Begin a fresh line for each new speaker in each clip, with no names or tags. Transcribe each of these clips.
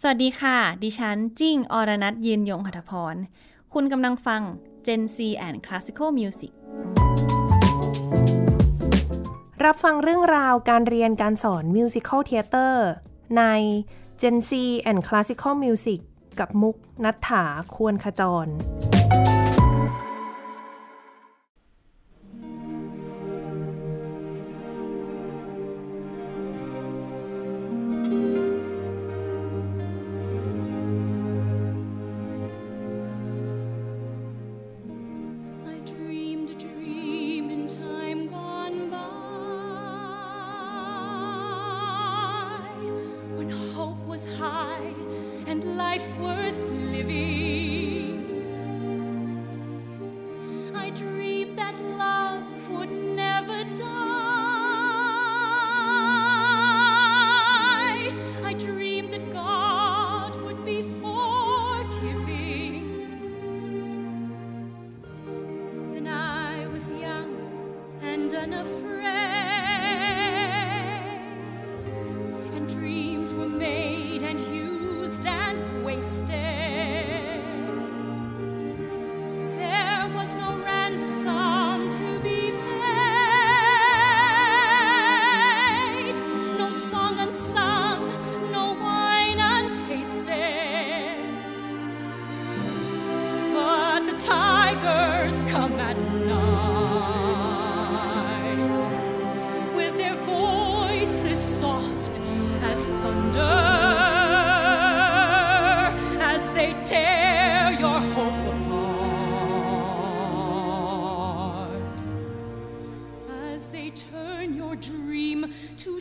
สวัสดีค่ะ ดิฉันจิ้งอรนัทยืนยงหัตถพร คุณกำลังฟัง Gen C and Classical Music
รับฟังเรื่องราวการเรียนการสอน Musical Theater ใน Gen C and Classical Music กับมุกนัฐถาควรขจร
I dreamed a dream in time gone by when hope was high and life worth living. I dreamed that love would never die. I dreamed that God would be forgiving. Then I was young and unafraid, and dreams were made and used and wasted. There was no ransom to be paid, no song unsung, no wine untasted. But the tigers come at night with their voices soft as thunder as they tear your hope apart, as they turn your dream to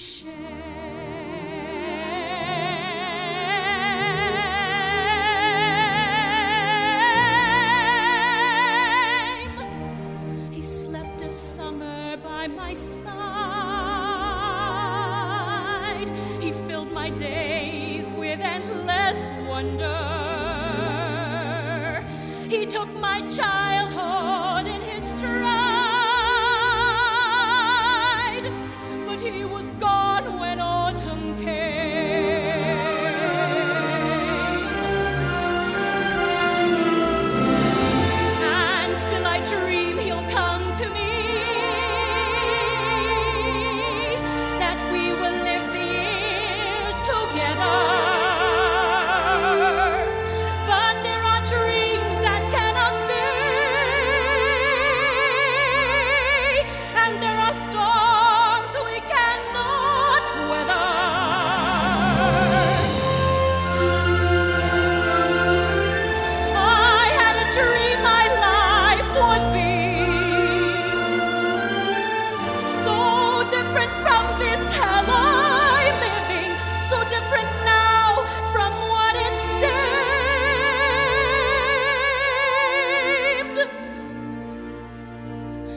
shame. He slept a summer by my side. He filled my days with endless wonder. He took my childhood in his stride. But he was gone when autumn came. And still I dream he'll come to me. That we will live the years together. But there are dreams that cannot be. And there are storms we cannot weather. I had a dream my life would be so different from this hell I'm living, so different now from what it seemed.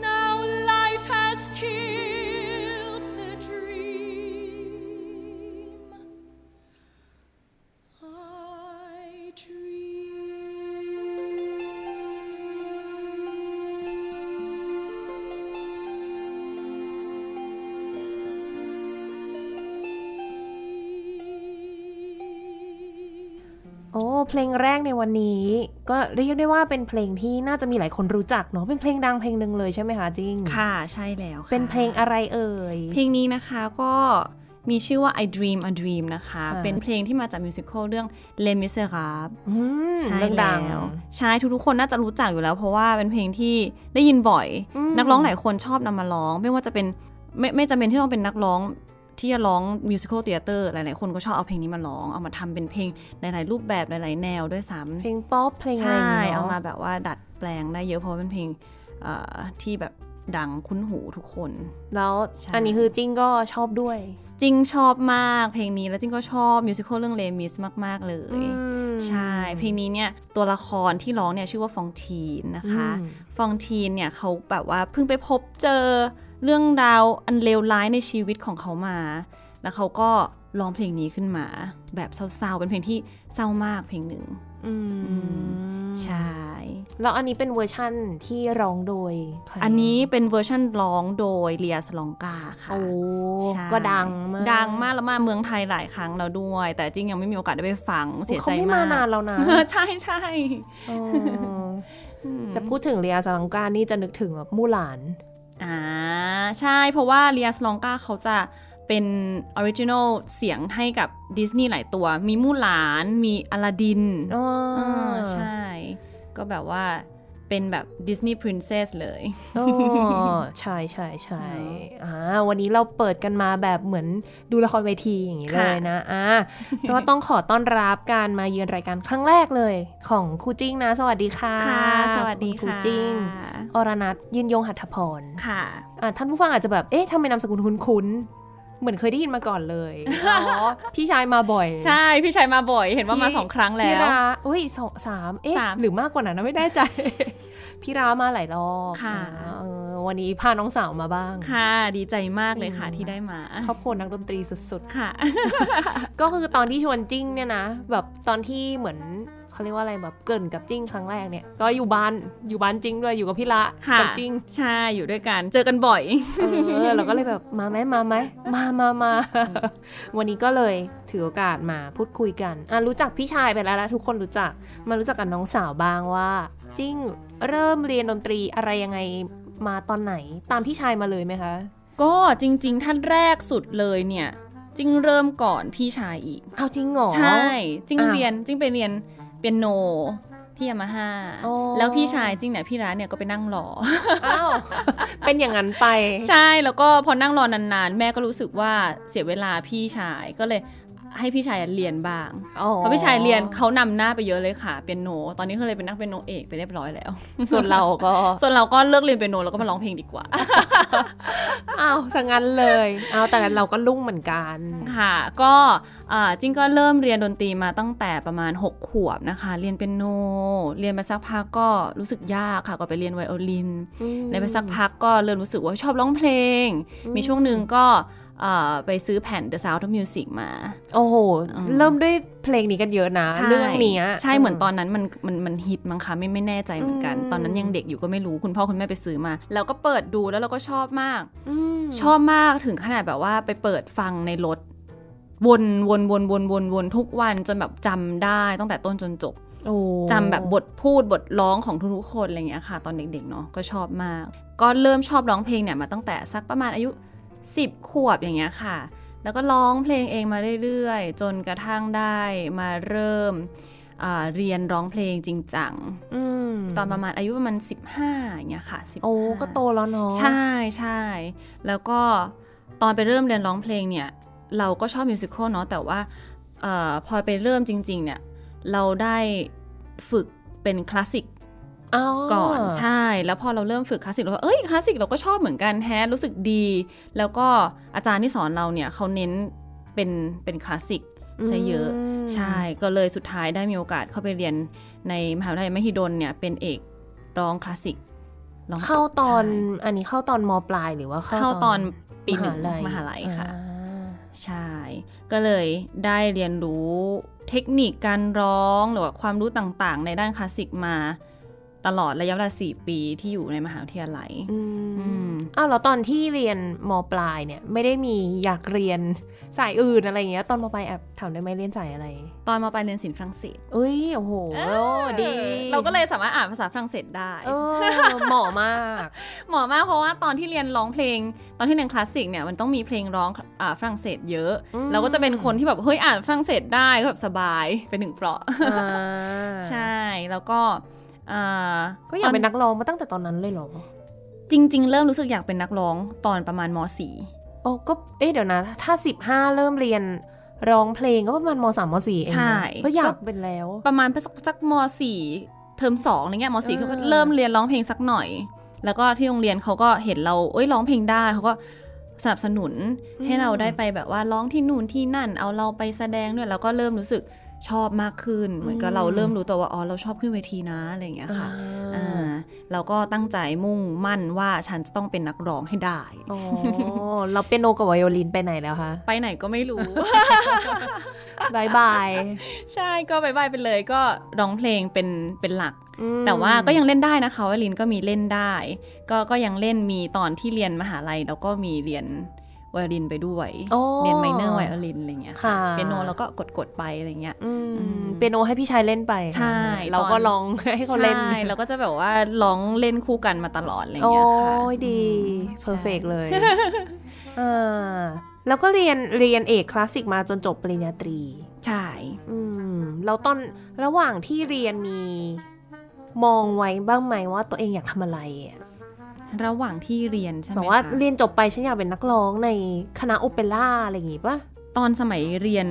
Now life has killed the dream. I dream.
โอ้ เพลงแรกในวันนี้ ก็เรียกได้ว่าเป็นเพลงที่น่าจะมีหลายคนรู้จักเนาะ เป็นเพลงดังเพลงหนึ่งเลยใช่ไหมคะจริง
ค่ะใช่แล้วค่ะ
เป็นเพลงอะไรเอ่ย
เพลงนี้นะคะก็มีชื่อว่า I Dream a Dream นะคะ
อ่า
เป็นเพลงที่มาจากมิวสิควลเรื่อง Les Miserables
อืม
ใช่
เรื่องดัง
แล้วใช่ทุกๆคนน่าจะรู้จักอยู่แล้ว เพราะว่าเป็นเพลงที่ได้ยินบ่อย
อืม
นักร้องหลายคนชอบนำมาร้อง ไม่ว่าจะเป็นไม่ไม่จำเป็นที่ต้องเป็นนักร้องที่จะร้องมิวสิควลเตียเตอร์หลายๆคนก็ชอบเอาเพลงนี้มาร้อง เอามาทำเป็นเพลงหลายๆรูปแบบหลายๆแนวด้วยซ้ำ
เพลงป๊อปเพลงอะไร
ใช่
ย่งงี้ยนะ
เอามาแบบว่าดัดแปลงได้เยอะเพราะเป็นเพลงเอ่อที่แบบดังคุ้นหูทุกคน
แล้ว
ใช่
อันนี้คือจริงก็ชอบด้วย
จริงชอบมากเพลงนี้แล้วจริงก็ชอบมิวสิควลเรื่องเลมิสมาก ๆ เลย
อืม
ใช่ เพลงนี้เนี่ยตัวละครที่ร้องเนี่ยชื่อว่าฟองทีนนะคะ
อืม
ฟองทีนเนี่ยเขาแบบว่าเพิ่งไปพบเจอเรื่องราวอันเลวร้ายในชีวิตของเขามา แล้วเขาก็ร้องเพลงนี้ขึ้นมา แบบเศร้าๆเป็นเพลงที่เศร้ามากเพลงหนึ่ง
อืม
ใช่
แล้วอันนี้เป็นเวอร์ชั่นที่ร้องโดยใคร
อันนี้เป็นเวอร์ชั่นร้องโดยเลียสลองกาค่ะ
โอ้
ใช่
ก็ดังมาก
ดังมากแล้วมาเมืองไทยหลายครั้งแล้วด้วย แต่จริงยังไม่มีโอกาสได้ไปฟังเสีย
เขา
ใจมาม
ไม่าก นานแล้วนะ
ใช่ใช่
อ๋อแต่พูดถึงเรียสลังกานี่จะนึกถึงแบบมู่หลาน
อ่าใช่เพราะว่าเลียสลองกาเขาจะเป็นออริจินอลเสียงให้กับดิสนีย์หลายตัว มีมู่หลาน มีอลาดิน
อ๋ออ
อ่าใช่ ก็แบบว่าเป็นแบบดิสนีย์พรินเซสเลย
อ๋อใช่ใช่ใช่อ่าวันนี้เราเปิดกันมาแบบเหมือนดูละครเวทีอย่างนี้เล
ค่ะ
ยนะอ่าก็ต้องขอต้อนรับการมาเยือนรายการครั้งแรกเลย ของครูจิ้งนะ สวัสดีค่ะ
สวัสดี
ณครู
ค่ะ
จิ้งอรนัทยืนยงหัตถพร
ค่ะ
อ่าท่านผู้ฟังอาจจะแบบ เอ๊ะทำไมนามสกุลคุ้นๆเหมือนเคยได้ยินมาก่อน เลยอ๋อพี่ชายมาบ่อย
ใช่ พี่ชายมาบ่อยเห็นว่ามา
ที่
สองครั้งแล้
พี่
ว
ราอุ้ยสองสามเอ๊ะ
สาม
หรือมากกว่านั้นนะไม่ได้ใจ พี่รามาหลายรอบ
ค่ะ
อ่าเออวันนี้พาน้องสาวมาบ้าง
ค่ะ ดีใจมากเลยค่ะที่ได้มา
ครอบครัวนักดนตรีสุด
ค่ะ
ๆ ก็คือตอนที่ชวนจิ้งเนี่ยนะ แบบตอนที่เหมือนเขาเรียกว่าอะไรแบบเกรินกับจิ้งครั้งแรกเนี่ย ก็อยู่บ้านอยู่บ้านจิ้งด้วยอยู่กับพี่ละ
ค่ะ
กัจิ้ง
ใช่อยู่ด้วยกันเจอกันบ่อย
เออเราก็เลยแบบมาไหมมาไหมมามามา วันนี้ก็เลยถือโอกาสมาพูดคุยกันอ่ะรู้จักพี่ชายไปแล้วละทุกคนรู้จัก มารู้จักกับน้องสาวบ้างว่า จิ้งเริ่มเรียนดนตรีอะไรยังไงมาตอนไหนตามพี่ชายมาเลยไหมคะ
ก็จริง ๆ ท่านแรกสุดเลยเนี่ยจิงเริ่มก่อนพี่ชายอีก
เอาจริงเหรอ
ใช่จิง
อ่ะ
เรียนจิงไปเรียนเปียโนที่ยามาฮ่า
โอ้
แล้วพี่ชายจิงเนี่ยพี่ร้านเนี่ยก็ไปนั่งรอ
อ้าว เป็นอย่างนั้นไป
ใช่แล้วก็พอนั่งรอนานๆ แม่ก็รู้สึกว่าเสียเวลาพี่ชายก็เลยให้พี่ชายเรียนบ้างเพราะพี่ชายเรียนเขานำหน้าไปเยอะเลยค่ะเปียโน ตอนนี้เขาเลยเป็นนักเปียโนเอกไปเรียบร้อยแล้ว
ส่วนเราก็
ส่วนเราก็เลิกเรียนเปียโนแล้วก็มาร้องเพลงดีกว่า
อ้าวสังงั้นเลยเอาแต่เราก็ลุ่งเหมือนกัน
ค่ะ ก็เอ่อจิ้งก็เริ่มเรียนดนตรีมาตั้งแต่ประมาณ 6 ขวบนะคะ เรียนเปียโน เรียนไปสักพักก็รู้สึกยากค่ะ ก็ไปเรียนไวโอลิน ในไปสักพักก็เริ่มรู้สึกว่าชอบร้องเพลง
อืม
มีช่วงหนึ่งก็เอ่อไปซื้อแผ่น The Sound of Music มา
โอ้โห
อืม
เริ่มด้วยเพลงนี้กันเยอะนะ
ใช่
เรื่องเนี้ย
ใช่เหมือนตอนนั้นมันมันมันฮิตมั้งคะไม่ไม่แน่ใจเหมือนกัน
อืม
ตอนนั้นยังเด็กอยู่ก็ไม่รู้คุณพ่อคุณแม่ไปซื้อมา แล้วก็เปิดดูแล้วเราก็ชอบมาก
ม
ชอบมากถึงขนาดแบบว่าไปเปิดฟังในรถ วนวนวนวนวนวนทุกวันจนแบบจำได้ตั้งแต่ต้นจนจบ
โอ้
จำแบบบทพูดบทร้องของทุกๆคนอะไรอย่างเงี้ยค่ะ ตอนเด็กๆเนาะก็ชอบมาก ก็เริ่มชอบร้องเพลงเนี่ยมาตั้งแต่สักประมาณอายุ 10 ขวบอย่างเงี้ยค่ะ แล้วก็ร้องเพลงเองมาเรื่อยๆ จนกระทั่งได้มาเริ่มอ่าเรียนร้องเพลงจริงจัง
อืม
ตอนประมาณอายุประมาณ15อย่างเงี้ยค่ะ15
โอ้ก็โตแล้วเนาะ
ใช่ใช่แล้วก็ตอนไปเริ่มเรียนร้องเพลงเนี่ย เราก็ชอบมิวสิควลเนาะแต่ว่าเออพอไปเริ่มจริง ๆ เนี่ย เราได้ฝึกเป็นคลาสสิก
อ้าว
ก่อนใช่ แล้วพอเราเริ่มฝึกคลาสสิกเราก็เอ้ยคลาสสิกเราก็ชอบเหมือนกันแฮะรู้สึกดี แล้วก็อาจารย์ที่สอนเราเนี่ยเขาเน้นเป็นเป็นคลาสสิกซะเยอะ
ม
ใช่ก็เลยสุดท้ายได้มีโอกาสเข้าไปเรียนในมหาวิทยาลัยมหิดลเนี่ยเป็นเอกร้องคลาสสิกร้อง
เข้าตอน
ใช่
อันนี้เข้าตอนมปลายหรือว่า
เข้าตอนปีหนึ่ง
มหาลัย
มหาลัยค่ะ
อ่า
ใช่ ก็เลยได้เรียนรู้เทคนิคการร้องหรือว่าความรู้ต่างๆ ในด้านคลาสสิกมา ตลอดระยะเวลา 4 ปีที่อยู่ในมหาวิทยาลัย
อื
อื
ม
ม
อ้าวแล้วตอนที่เรียนมปลายเนี่ยไม่ได้มีอยากเรียน สายอื่นอะไรอย่างเงี้ยตอนมปลายแอบถามได้ไหมเรียนสายอะไร
ตอนมาไปเรียนศิลป์ฝรั่งเศส
เอ้ยโอ้โหดี
เราก็เลยสามารถอ่านภาษาฝรั่งเศสได้
เออเหมาะมาก
เหมาะมากเพราะว่าตอนที่เรียนร้องเพลง ตอนที่เรียนคลาสสิกเนี่ยมันต้องมีเพลงร้องอ่าฝรั่งเศสเยอะ เราก็จะเป็นคนที่แบบเฮ้ยอ่านฝรั่งเศสได้ก็แบบสบายเป็นหนึ่งเปราะ
อ่า
ใช่แล้วก็อ่า
ก็อยากเป็นนักร้องมาตั้งแต่ตอนนั้นเลยเหรอ
จริงๆ เริ่มรู้สึกอยากเป็นนักร้องตอนประมาณม
โอ้ก็เอ๊ะเดี๋ยวนะ ถ้า 15 เริ่มเรียนร้องเพลงก็ประมาณมสามมสี่เองนะ
ใช่
ก็อยากเป็นแล้ว
.4 ประมาณสักสักม .4 เทอมสองอะไรเงี้ยม .4
เออ
เขาก็เริ่มเรียนร้องเพลงสักหน่อย แล้วก็ที่โรงเรียนเขาก็เห็นเราเอ้ยร้องเพลงได้เขาก็สนับสนุนให้เราได้ไปแบบว่าร้องที่นู่นที่นั่น เอาเราไปแสดงด้วยแล้วก็เริ่มรู้สึก ชอบมากขึ้น เหมือนกับ
อืม
เราเริ่มรู้ตัวว่าอ๋อเราชอบขึ้นเวทีนะอะไรอย่างเงี้ยค่ะ
อ่า
อ่าเราก็ตั้งใจมุ่งมั่นว่าฉันจะต้องเป็นนักร้องให้ได้
โอ้เราเปียโนกับไวโอลินไปไหนแล้วคะ
ไปไหนก็ไม่รู้
บายบาย
ใช่ก็บายบายไปเลยก็ร้องเพลงเป็นเป็นหลัก
อืม
แต่ว่าก็ยังเล่นได้นะคะวลินก็มีเล่นได้ ก็ก็ยังเล่นมีตอนที่เรียนมหาลัย แล้วก็มีเรียนไวโอลินไปด้วย
โอ้
เรียนไมเนอร์ไวโอลินอะไรเงี้ย
ค่ะ
เปียโนแล้วก็กดกดๆไปอะไรเงี้ย
อืม
อืม
เปียโนให้พี่ชายเล่นไป
ใช่
เราก็
ตอน
ลองให้เขาเล่น
ใช่แล้วก็จะแบบว่าร้องเล่นคู่กันมาตลอดอะไร
โอ้
เงี้ยค่ะ
ยดี
อืม
เพอร์เฟก
ใช่
เลยเออแล้วก็เรียนเรียนเอกคลาสสิกมาจนจบปริญญาตรี
ใช่
อืมแล้วตอนระหว่างที่เรียนมีมองไว้บ้างไหมว่าตัวเองอยากทำอะไรอะ
ระหว่างที่เรียนใช่ไหม
แบบว่า
คะ
เรียนจบไปฉันอยากเป็นนักร้องในคณะโอเปร่าอะไรอย่างงี้ปะ
ตอนสมัยเรียน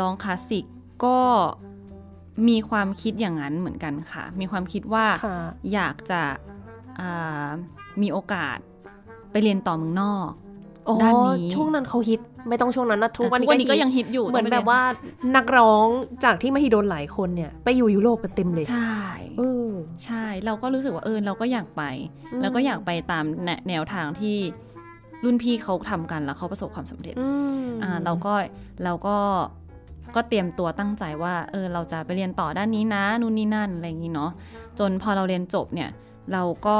ร้องคลาสสิกก็มีความคิดอย่างนั้นเหมือนกันค่ะ มีความคิดว่า
ค่ะ
อยากจะอ่ามีโอกาสไปเรียนต่อเมืองนอก
โอ้
ด้านนี้
ช่วงนั้นเขาฮิต ไม่ต้องช่วงนั้นนะทุกวัน
ทุกวันนี้ก็ยัง
ฮิต
ฮิตอยู่
เหมือน
ต้งไป
แบบว่านักร้องจากที่มหิดลหลายคนเนี่ย ไปอยู่ยุโรปกันเต็มเล
เรีย
ย
นใช่
เออ
ใช่เราก็รู้สึกว่าเออเราก็อยากไป
อืม
แล้วก็อยากไปตามแนแนวทางที่รุ่นพี่เขาทำกันแล้วเขาประสบความสำเร็จ
อืม
อ่าเราก็เราก็ก็เตรียมตัวตั้งใจว่าเออเราจะไปเรียนต่อด้านนี้นะนู่นนี่นั่นอะไรอย่างนี้เนาะจนพอเราเรียนจบเนี่ยเราก็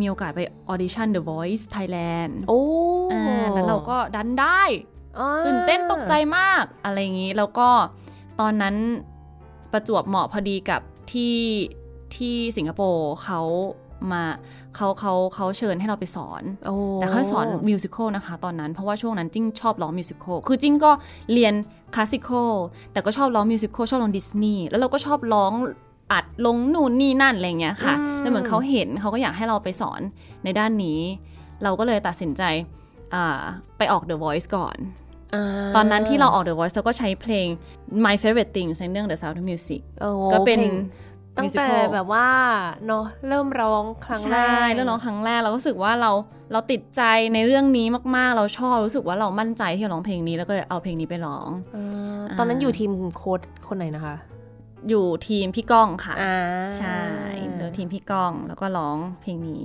มีโอกาสไปออดิชั่น The Voice Thailand
โอ้
อ่าแล้วเราก็ดันได้
อ่า
ตื่นเต้นตกใจมากอะไรอย่างนี้ แล้วก็ตอนนั้นประจวบเหมาะพอดีกับที่ที่สิงคโปร์เขามาเขาเขาเขาเชิญให้เราไปสอน
โอ้
แต่เขาให้สอนมิวสิควลนะคะตอนนั้น เพราะว่าช่วงนั้นจิ้งชอบร้องมิวสิควลคือจิ้งก็เรียนคลาสสิควลแต่ก็ชอบร้องมิวสิควลชอบร้องดิสนีย์แล้วเราก็ชอบร้องอัดลงนู่นนี่นั่นอะไรอย่างเงี้ยค่ะแล้วเหมือนเขาเห็นเขาก็อยากให้เราไปสอนในด้านนี้ เราก็เลยตัดสินใจอ่าไปออก The Voice ก่อน
า
ตอนนั้นที่เราออก The Voice เราก็ใช้เพลง My Favorite Things ในเรื่อง The Sound of Music
โอ้
ก็เป็น
พลงตั้งแต่
มิวสิควล
แบบว่าเนาะเริ่มร้องครั้งแร
ใช่
ก
เรื่องร้องครั้งแรกเราก็รู้สึกว่าเราเราติดใจในเรื่องนี้มาก ๆ เราชอบรู้สึกว่าเรามั่นใจที่จะร้องเพลงนี้แล้วก็เลยเอาเพลงนี้ไปร้อง
อ่าตอนนั้นอยู่ทีมโค้ดคนไหนนะคะ
อยู่ทีมพี่ก้องค่ะ
อ่า
ใช่เดี๋ยวทีมพี่ก้องแล้วก็ร้องเพลงนี้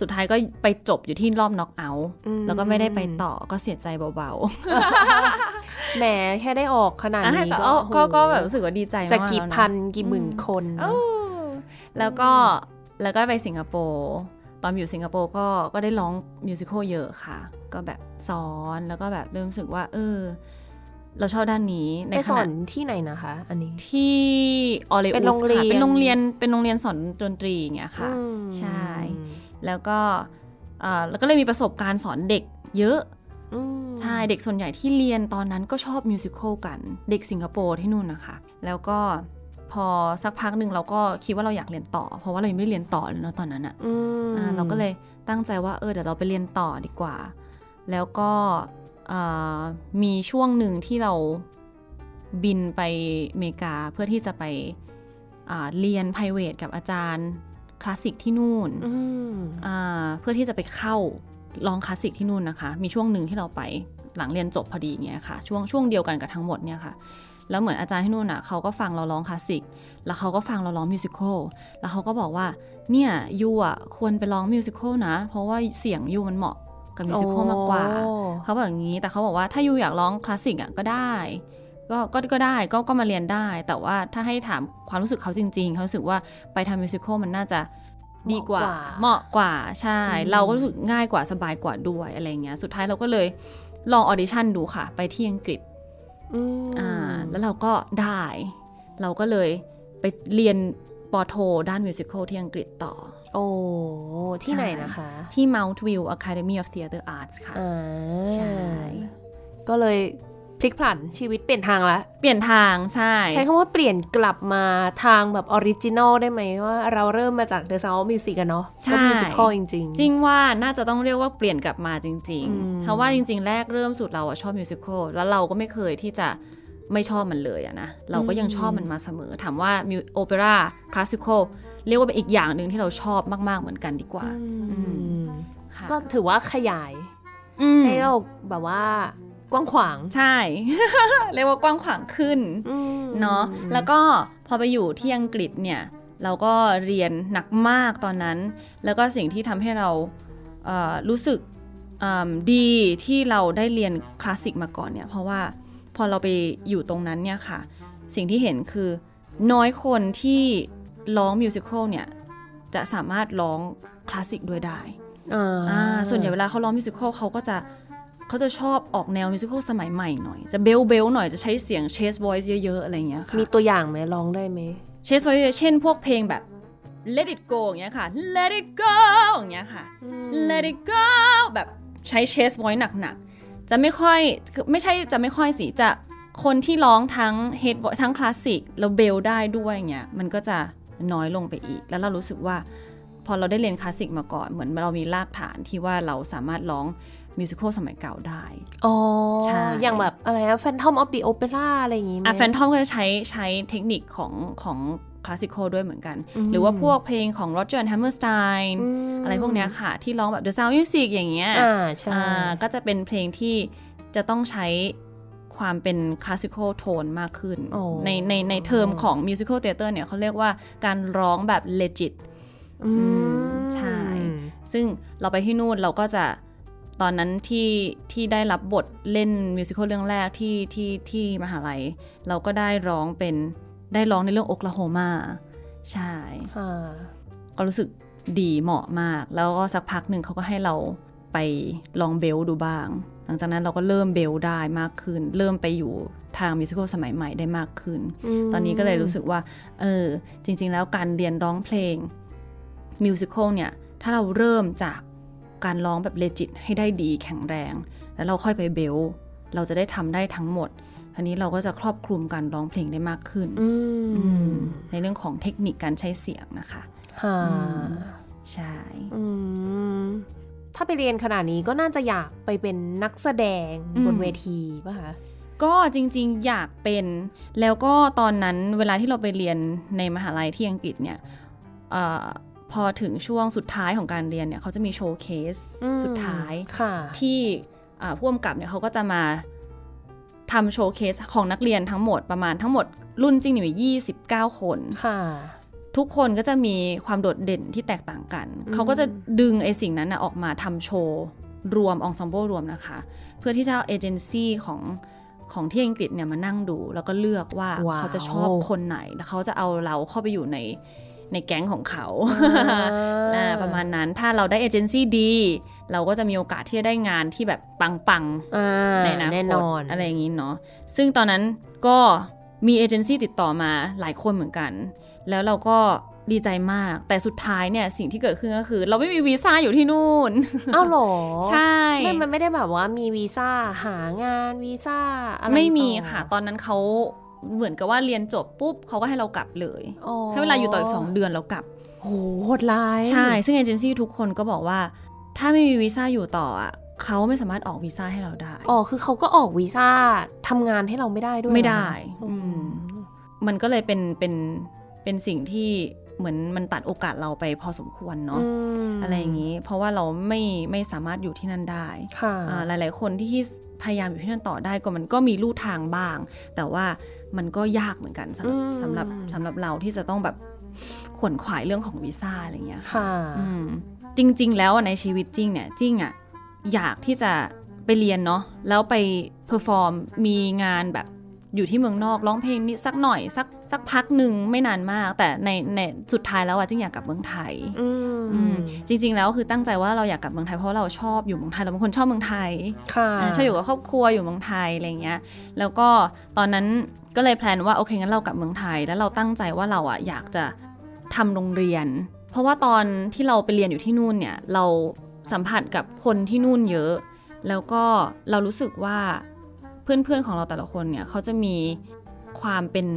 สุดท้ายก็ไปจบอยู่ที่รอบน็อกเอาท์
อื
แล้วก็ไม่ได้ไปต่อก็เสียใจเบา
แหมแค่ได้ออกข
ๆ
นาด
อ่ะ
นี้
แต่ก็ก็
โอ้โห
ก็แบบรู้สึกว่าดีใจมาก
จะกี่
แล้วนะ
พันกี่หมื่นคน
โอ้แล้วก็แล้วก็ไปสิงคโปร์ตอนอยู่สิงคโปร์ก็ก็ได้ร้องมิวสิควลเยอะค่ะ ก็แบบสอนแล้วก็แบบเริ่มรู้สึกว่า เออ เราชอบด้านนี้ใน
ไป
ข
สอ
ณะ
นที่ไหนนะคะ อันนี้
ที่ออเรอุ
เป็นโร
ส
งเรียน
ค่ะเป็นโรงเรียนเป็นโรงเรียนสอนดนตรีอย่างเงี้ยค่ะ
อืม
ใช่ แล้วก็เอ่อแล้วก็เลยมีประสบการณ์สอนเด็กเยอะ
อืม
ใช่ เด็กส่วนใหญ่ที่เรียนตอนนั้นก็ชอบมิวสิควลกัน เด็กสิงคโปร์ที่นู่นนะคะ แล้วก็พอสักพักหนึ่งเราก็คิดว่าเราอยากเรียนต่อ เพราะว่าเรายังไม่ได้เรียนต่อเลยเนาะตอนนั้นอะ
อืม
อ่ะเราก็เลยตั้งใจว่าเออเดี๋ยวเราไปเรียนต่อดีกว่า แล้วก็เอ่อมีช่วงหนึ่งที่เราบินไปอเมริกาเพื่อที่จะไปอ่าเรียน p r i v a t กับอาจารย์คลาสสิกที่นู่น
อืม
อ่าเพื่อที่จะไปเข้าลองคลาสสิกที่นู่นนะคะ มีช่วงหนึ่งที่เราไปหลังเรียนจบพอดีอย่างเงี้ยค่ะ ช่วงช่วงเดียวกันกับทั้งหมดเนี่ยค่ะ แล้วเหมือนอาจารย์ที่นู่นอ่ะเขาก็ฟังเราร้องคลาสสิก แล้วเขาก็ฟังเราร้องมิวสิควลแล้วเขาก็บอกว่า เนี่ยยูอ่ะควรไปร้องมิวสิควลนะ เพราะว่าเสียงยูมันเหมาะกับมิวสิควลมากกว่า
โอ้
เขาบอกอย่างนี้ แต่เขาบอกว่าถ้ายูอยากร้องคลาสสิกอ่ะก็ได้ ก็ก็ก็ได้ก็ก็มาเรียนได้ แต่ว่าถ้าให้ถามความรู้สึกเขาจริงๆ เขารู้สึกว่าไปทำมิวสิควลมันน่าจะดีกว่า เหมาะกว่า ใช่ เราก็รู้สึกง่ายกว่าสบายกว่าด้วยอะไรเงี้ย สุดท้ายเราก็เลยลองออดิชั่นดูค่ะ ไปที่อังกฤษ
อืม
อ่า แล้วเราก็ได้ เราก็เลยไปเรียนปอโทด้านมิวสิควลที่อังกฤษต่อ
โอ้ที่
ใช่
ไหนนะคะ
ที่ Mount View Academy of Theatre Arts ค่ะ
อ่า
ใช่
ก็เลยพลิกผันชีวิตเปลี่ยนทางละ
เปลี่ยนทางใช่
ใช้คำว่าเปลี่ยนกลับมาทางแบบออริจินอลได้ไหมว่าเราเริ่มมาจาก The Sound of Music กันเนาะ
ใช่
ก็มิวสิคอลจริงๆ
จริงว่าน่าจะต้องเรียกว่าเปลี่ยนกลับมาจริง
อืม
ๆเพราะว่าจริง ๆ แรกเริ่มสุดเราอะชอบมิวสิควลแล้วเราก็ไม่เคยที่จะไม่ชอบมันเลยอะนะ เราก็ยังชอบมันมาเสมอ ถามว่ามิวโอเปร่าคลาสสิควลเรียกว่าเป็นอีกอย่างหนึ่งที่เราชอบมาก ๆ เหมือนกันดีกว่า
อืม
อืม ค่ะ
ก็ถือว่าขยาย
อืม
ให้เราแบบว่า กว้างขวาง
ใช่ เรียกว่ากว้างขวางขึ้น
อืม
เนาะแล้วก็พอไปอยู่ที่อังกฤษเนี่ย เราก็เรียนหนักมากตอนนั้น แล้วก็สิ่งที่ทำให้เราเอ่อรู้สึกเอิ่มดีที่เราได้เรียนคลาสสิกมาก่อนเนี่ย เพราะว่าพอเราไปอยู่ตรงนั้นเนี่ยค่ะ สิ่งที่เห็นคือน้อยคนที่ร้องมิวสิควลเนี่ย จะสามารถร้องคลาสสิกด้วยได้
อ่า
อ่าส่วนใหญ่เวลาเขาร้องมิวสิควลเขาก็จะเขาจะชอบออกแนวมิวสิควลสมัยใหม่หน่อย จะเบลเบลหน่อยจะใช้เสียงเชส voice เยอะ ๆ อะไรอย่างเงี้ยค่ะ
มีตัวอย่างไหมร้องได้ไหม
เชส voice เช่นพวกเพลงแบบ let it go อย่างเงี้ยค่ะ let it go อย่างเงี้ยค่ะ let it go แบบใช้เชส voice หนัก ๆ จะไม่ค่อยคือไม่ใช่จะไม่ค่อยสิจะคนที่ร้องทั้ง head voice ทั้งคลาสสิกแล้วเบลได้ด้วยอย่างเงี้ยมันก็จะน้อยลงไปอีก แล้วเรารู้สึกว่า พอเราได้เรียนคลาสสิกมาก่อน เหมือนเรามีรากฐานที่ว่าเราสามารถร้องมิวสิควลสมัยเก่าได้
อ๋อ
ใช่
อย่างแบบอะไรอะ Phantom of the Opera อะไรอย่างงี้ไหม
อ่ะแฟนทอมก็จะใช้ใช้เทคนิคของของคลาสสิคด้วยเหมือนกัน
อืม
หรือว่าพวกเพลงของ Roger and Hammerstein
ม
อะไรพวกเนี้ยค่ะ ที่ร้องแบบ The Sound Music อย่างเงี้ย
อ่าใช่
อ่าก็จะเป็นเพลงที่จะต้องใช้ความเป็นคลาสสิค โทนมากขึ้น
โอ้
ในในในเทอมของมิวสิควลเตเตอร์เนี่ยเขาเรียกว่าการร้องแบบ legit
อืม
ใช่ ซึ่งเราไปที่นู่นเราก็จะตอนนั้นที่ที่ได้รับบทเล่นมิวสิควลเรื่องแรกที่ที่ที่มหาลัย เราก็ได้ร้องเป็นได้ร้องในเรื่องโอคลาโฮมาใช่
อ่า
ก็รู้สึกดีเหมาะมาก แล้วก็สักพักหนึ่งเขาก็ให้เราไปลองเบลดูบ้าง หลังจากนั้นเราก็เริ่มเบลได้มากขึ้น เริ่มไปอยู่ทางมิวสิควลสมัยใหม่ได้มากขึ้น
ม
ตอนนี้ก็เลยรู้สึกว่า เออ จริง ๆ แล้วการเรียนร้องเพลงมิวสิควลเนี่ย ถ้าเราเริ่มจากการร้องแบบเลจิตให้ได้ดีแข็งแรง แล้วเราค่อยไปเบลเราจะได้ทำได้ทั้งหมดทีนี้เราก็จะครอบคลุมการร้องเพลงได้มากขึ้น
อื
อื
ม
มในเรื่องของเทคนิคการใช้เสียงนะคะ
ค่ะ
อืม ใช่
อืมถ้าไปเรียนขนาดนี้ก็น่าจะอยากไปเป็นนักแสดง
อืม
บนเวทีป่ะคะ
ก็จริงๆอยากเป็นแล้วก็ตอนนั้นเวลาที่เราไปเรียนในมหาลัยที่อังกฤษเนี่ยเออพอถึงช่วงสุดท้ายของการเรียนเนี่ยเขาจะมีโชว์เคส
อืม
สุดท้าย
ค่ะ
ที่อ่าผู้กำกับเนี่ยเขาก็จะมาทำโชว์เคสของนักเรียนทั้งหมดประมาณทั้งหมดรุ่นจริงเนี่ยมี29 คน
ค่ะ
ทุกคนก็จะมีความโดดเด่นที่แตกต่างกัน
อืม
เขาก็จะดึงไอ้สิ่งนั้นนะออกมาทำโชว์รวมองซอมโบรวมนะคะ เพื่อที่จะเอาเอเจนซี่ของของที่อังกฤษเนี่ยมานั่งดู แล้วก็เลือกว่า
ว้าว
เขาจะชอบคนไหน แล้วเขาจะเอาเราเข้าไปอยู่ในในแก๊งของเขา อ่าประมาณ นั้นถ้าเราได้เอเจนซี่ดี เราก็จะมีโอกาสที่จะได้งานที่แบบปัง
อ่า
ๆในอนา
แน่
คน ต
อน
อะไรอย่างนี้เนาะซึ่งตอนนั้นก็มีเอเจนซี่ติดต่อมาหลายคนเหมือนกัน แล้วเราก็ดีใจมากแต่สุดท้ายเนี่ยสิ่งที่เกิดขึ้นก็คือ เราไม่มีวีซ่าอยู่ที่นู่น
อ้าวเหรอ
ใช่
ไม่มันไม่ได้แบบว่ามีวีซ่าหางานวีซ่าอะไร
ไม่มี
ต่อ
ค่ะ ตอนนั้นเขาเหมือนกับว่าเรียนจบปุ๊บเขาก็ให้เรากลับเลย
อ๋อ
ให้เวลาอยู่ต่ออีกสองเดือนเรากลับ
โหโหดร้าย
ใช่ ซึ่งเอเจนซี่ทุกคนก็บอกว่า ถ้าไม่มีวีซ่าอยู่ต่ออ่ะเขาไม่สามารถออกวีซ่าให้เราได้
อ๋อคือเขาก็ออกวีซ่าทำงานให้เราไม่ได้ด้วย
ไม่ได้
เหรอ
อืม มันก็เลยเป็นเป็นเป็นสิ่งที่เหมือนมันตัดโอกาสเราไปพอสมควร
อื
เนาะ
ม
อะไรอย่างนี้ เพราะว่าเราไม่ไม่สามารถอยู่ที่นั่นได้
ค่ะ
อ่าหลาย ๆ คนที่พยายามอยู่ที่นั่นต่อได้ก็มันก็มีลู่ทางบ้าง แต่ว่ามันก็ยากเหมือนกันสำหรับสำหรับสำหรับเราที่จะต้องแบบขวนขวายเรื่องของวีซ่าอะไรอย่างเงี้ยค่ะ
ค่ะ
อืมจริงๆ แล้วอะในชีวิตจริงเนี่ยจริงอะอยากที่จะไปเรียนเนาะแล้วไปเพอร์ฟอร์มมีงานแบบอยู่ที่เมืองนอกร้องเพลงนิดสักหน่อยสักสักพักหนึ่งไม่นานมาก แต่ในในสุดท้ายแล้วอะจริงอยากกลับเมืองไทย
อื
อื
ม
มจริง ๆ แล้วคือตั้งใจว่าเราอยากกลับเมืองไทยเพราะเราชอบอยู่เมืองไทยเราเป็นคนชอบเมืองไทย
ค่ะ
อ่าใช่อยู่กับครอบครัวอยู่เมืองไทยอะไรอย่างเงี้ย แล้วก็ตอนนั้นก็เลยแพลนว่าโอเคงั้นเรากลับเมืองไทย แล้วเราตั้งใจว่าเราอ่ะอยากจะทำโรงเรียน เพราะว่าตอนที่เราไปเรียนอยู่ที่นู่นเนี่ยเราสัมผัสกับคนที่นู่นเยอะ แล้วก็เรารู้สึกว่าเพื่อนๆของเราแต่ละคนเนี่ยเขาจะมีความเป็น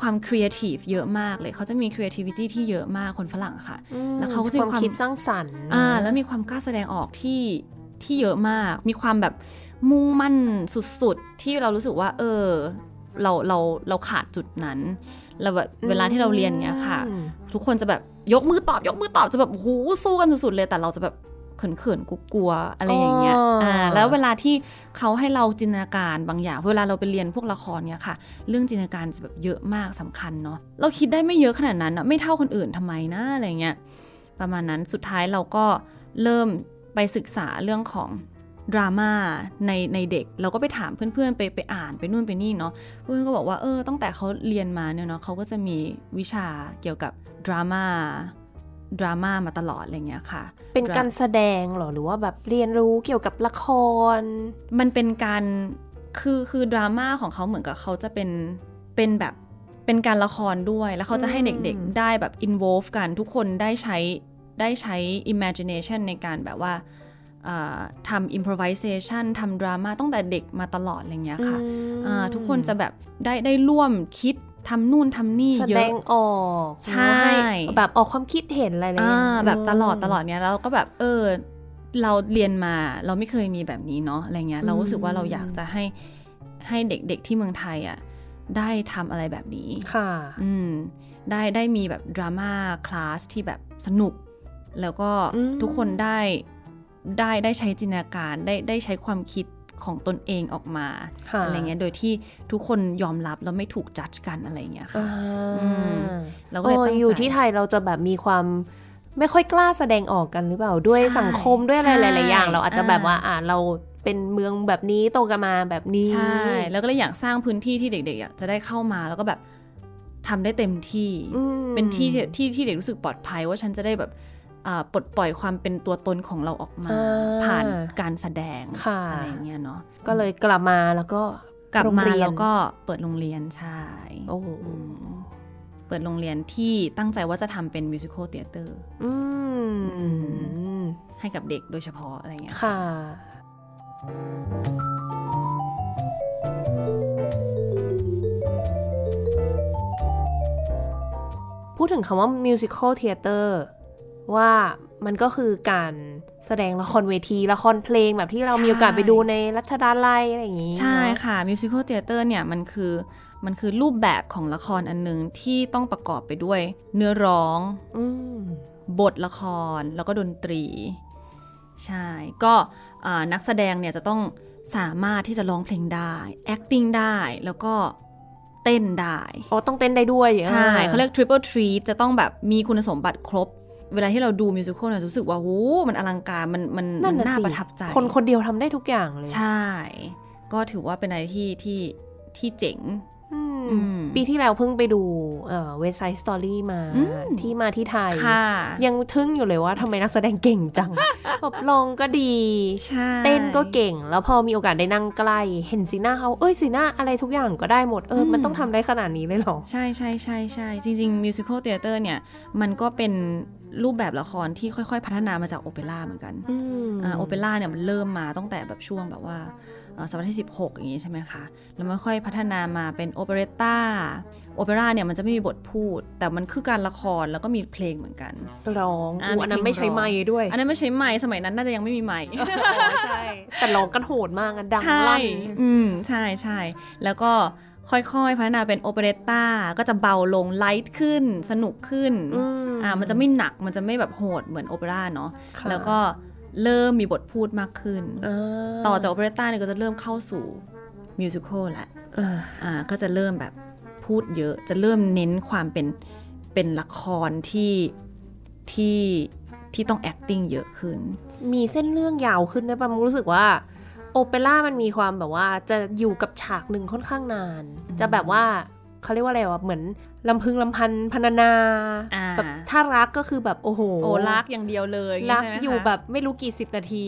ความครีเอทีฟเยอะมากเลยเขาจะมีครีเอทีฟิตี้ที่เยอะมากคนฝรั่งอะค่ะ
อืม
แล้วเขาก็จะมี
ความ
ความ
คิดสร้างสรรค์
อ่าแล้วมีความกล้าแสดงออกที่ที่เยอะมาก มีความแบบมุ่งมั่นสุดๆ ที่เรารู้สึกว่า เออ เราเราเราขาดจุดนั้นเราแบบเวลาที่เราเรียนเนี้ยค่ะ
อืม
ทุกคนจะแบบยกมือตอบยกมือตอบจะแบบโอ้โหสู้กันสุดๆเลยแต่เราจะแบบ เขินๆกลัวๆอะไรอย่างเงี้ย
อ๋ออ่
่าแล้วเวลาที่เขาให้เราจินตนาการบางอย่าง เวลาเราไปเรียนพวกละครเนี่ยค่ะ เรื่องจินตนาการจะแบบเยอะมากสำคัญเนาะเราคิดได้ไม่เยอะขนาดนั้นอะไม่เท่าคนอื่นทำไมนะอะไรเงี้ยประมาณนั้นสุดท้ายเราก็เริ่มไปศึกษาเรื่องของดราม่าในในเด็ก เราก็ไปถามเพื่อนๆไปไปอ่านไปนู่นไปนี่เนาะเพื่อนก็บอกว่าเออตั้งแต่เขาเรียนมาเนี่ยเนาะเขาก็จะมีวิชาเกี่ยวกับดราม่าดราม่ามาตลอดอะไรเงี้ยค่ะ
เป็นการแสดงเหรอหรือว่าแบบเรียนรู้เกี่ยวกับละคร
มันเป็นการคือคือดราม่าของเขาเหมือนกับเขาจะเป็นเป็นแบบเป็นการละครด้วย แล้วเขาจะให้
อืม
เด็กๆได้แบบ involve กันทุกคนได้ใช้ได้ใช้ imagination ในการแบบว่าเอ่อทำ improvisation ทำดราม่าตั้งแต่เด็กมาตลอดอะไรอย่างเงี้ยค่ะอ่าทุกคนจะแบบได้ได้ร่วมคิดทำนู่นทำนี่
แส
เย
ด
อะ
งออก
ใช่
แบบออกความคิดเห็นอะไรเลย
อ่าแบบตลอดตลอดเนี้ยเราก็แบบเออเราเรียนมาเราไม่เคยมีแบบนี้เนาะอะไรเงี้ยเรารู้สึกว่าเราอยากจะให้ให้เด็กๆที่เมืองไทยอ่ะได้ทำอะไรแบบนี้
ค่ะ
อืมได้ได้มีแบบดราม่าคลาสที่แบบสนุก แล้วก็
อืม
ทุกคนได้ได้ได้ใช้จินตนาการได้ได้ใช้ความคิดของตนเองออกมา
ค่
อะไรเงี้ยโดยที่ทุกคนยอมรับแล้วไม่ถูกจัดกันอะไรเงี้ยค่ะ
อ่า
อืม เราก็
โอ้
เลยตั้งใจ
อยู่ที่ไทยเราจะแบบมีความไม่ค่อยกล้าแสดงออกกันหรือเปล่าด้วย
ใช่
สังคมด้วยอะไร
ใช่
หลายๆอย่าง เราอาจจะแบบ
อ่า
ว่าอ่าเราเป็นเมืองแบบนี้โตกันมาแบบนี้
ใช่ แล้วก็เลยอยากสร้างพื้นที่ที่เด็กๆอ่ะจะได้เข้ามาแล้วก็แบบทำได้เต็มที่
อืม
เป็นที่ที่ที่ที่เด็กรู้สึกปลอดภัยว่าฉันจะได้แบบอ่าปลดปล่อยความเป็นตัวตนของเราออกมา
อ่า
ผ่านการแสดง
ค่ะ
อะไรอย่างเงี้ยเนาะ
ก็เลยกลับมาแล้วก็
กลับ
โรง
มา
เรียน
แล้วก็เปิดโรงเรียนใช่
โอ้โห
อืมเปิดโรงเรียนที่ตั้งใจว่าจะทำเป็นมิวสิควลเตียเตอร์
อืม
ให้กับเด็กโดยเฉพาะอะไรอย่างเงี้ย
ค่ะ พูดถึงคำว่ามิวสิค l t เท t เตอร์ว่ามันก็คือการแสดงละครเวที ละครเพลงแบบที่เรา
ใช่
มีโอกาสไปดูในรัชดาลัยอะไรอย่างนี้
ใช่
เนอะ
ค่ะมิวสิควลเทเตอร์เนี่ยมันคือมันคือรูปแบบของละครอันหนึ่งที่ต้องประกอบไปด้วย เนื้อร้อง
อืม
บทละครแล้วก็ดนตรี ใช่ ก็อ่านักแสดงเนี่ยจะต้องสามารถที่จะร้องเพลงได้ acting ได้แล้วก็เต้นได้
อ๋อ ต้องเต้นได้ด้วย
ใช่ เขาเรียก triple treat จะต้องแบบมีคุณสมบัติครบ เวลาที่เราดูมิวสิควลเนี่ยรู้สึกว่าโหมันอลังการมันมัน
นั่
มัน น
น่ะ
น่า
สิ
ประทับใจ
คนคนเดียวทำได้ทุกอย่างเลย
ใช่ ก็ถือว่าเป็นอะไรที่ที่ที่เจ๋ง
อืม
อืม
ปีที่แล้วเพิ่งไปดูเว็บไซต์สตอรี่มา
อืม
ที่มาที่ไทย
ค่ะ
ยังทึ่งอยู่เลยว่าทำไมนักแสดงเก่งจัง แบบลองก็ดี
ใช่
เต้นก็เก่ง แล้วพอมีโอกาสได้นั่งใกล้ เห็นสีหน้าเขา เอ้ยสีหน้าอะไรทุกอย่างก็ได้หมด เออ มันต้องทำได้ขนาดนี้เลยเหรอ
ใช่ใช่ใช่ใช่จริงๆมิวสิควลเตเตอร์เนี่ย มันก็เป็นรูปแบบละครที่ค่อยๆ พัฒนามาจากโอเปร่าเหมือนกัน
อืม
อ่าโอเปร่าเนี่ยมันเริ่มมาตั้งแต่แบบช่วงแบบว่าเอ่อศตวรรษที่ 16 อย่างนี้ใช่ไหมคะ แล้วมันค่อยพัฒนามาเป็นโอเปเรตต้าโอเปร่าเนี่ยมันจะไม่มีบทพูด แต่มันคือการละครแล้วก็มีเพลงเหมือนกัน
ร้อง
อ่า
อู้อันนั้
มี
น
เพลง
ไม่ใช้ไม้ด้วย
อันนั้นไม่ใช่ไมค์สมัยนั้นน่าจะยังไม่มีไมค์
ใช่ แต่ร้องกันโหดมากอันดัง
ใช่
ลั่น
อืม ใช่ใช่ แล้วก็ค่อยๆ พัฒนาเป็นโอเปเรตตาก็จะเบาลง ไลท์ขึ้น สนุกขึ้น
อืม
มันจะไม่หนัก มันจะไม่แบบโหดเหมือนโอเปร่าเนาะ
ค่ะ
แล้วก็เริ่มมีบทพูดมากขึ้น
เอ
ต่อจากโอเปเรตตาเนี่ยก็จะเริ่มเข้าสู่มิวสิควลละ
เออ
อ่า ก็จะเริ่มแบบพูดเยอะ จะเริ่มเน้นความเป็น เป็นละครที่ ที่ ที่ต้อง acting เยอะขึ้น
มีเส้นเรื่องยาวขึ้นด้วยป่ะมันรู้สึกว่า โอเปร่ามันมีความแบบว่าจะอยู่กับฉากหนึ่งค่อนข้างนาน จะแบบว่าเขาเรียกว่าอะไรวะเหมือนลำพึงลำพันพรรณนา
อ่า
แบบถ้ารักก็คือแบบโอ้โห
โอรักอย่างเดียวเลยาง
รั
นี้
ก
ใช่ไหม
อยู่
คะ
แบบไม่รู้กี่สิบนาที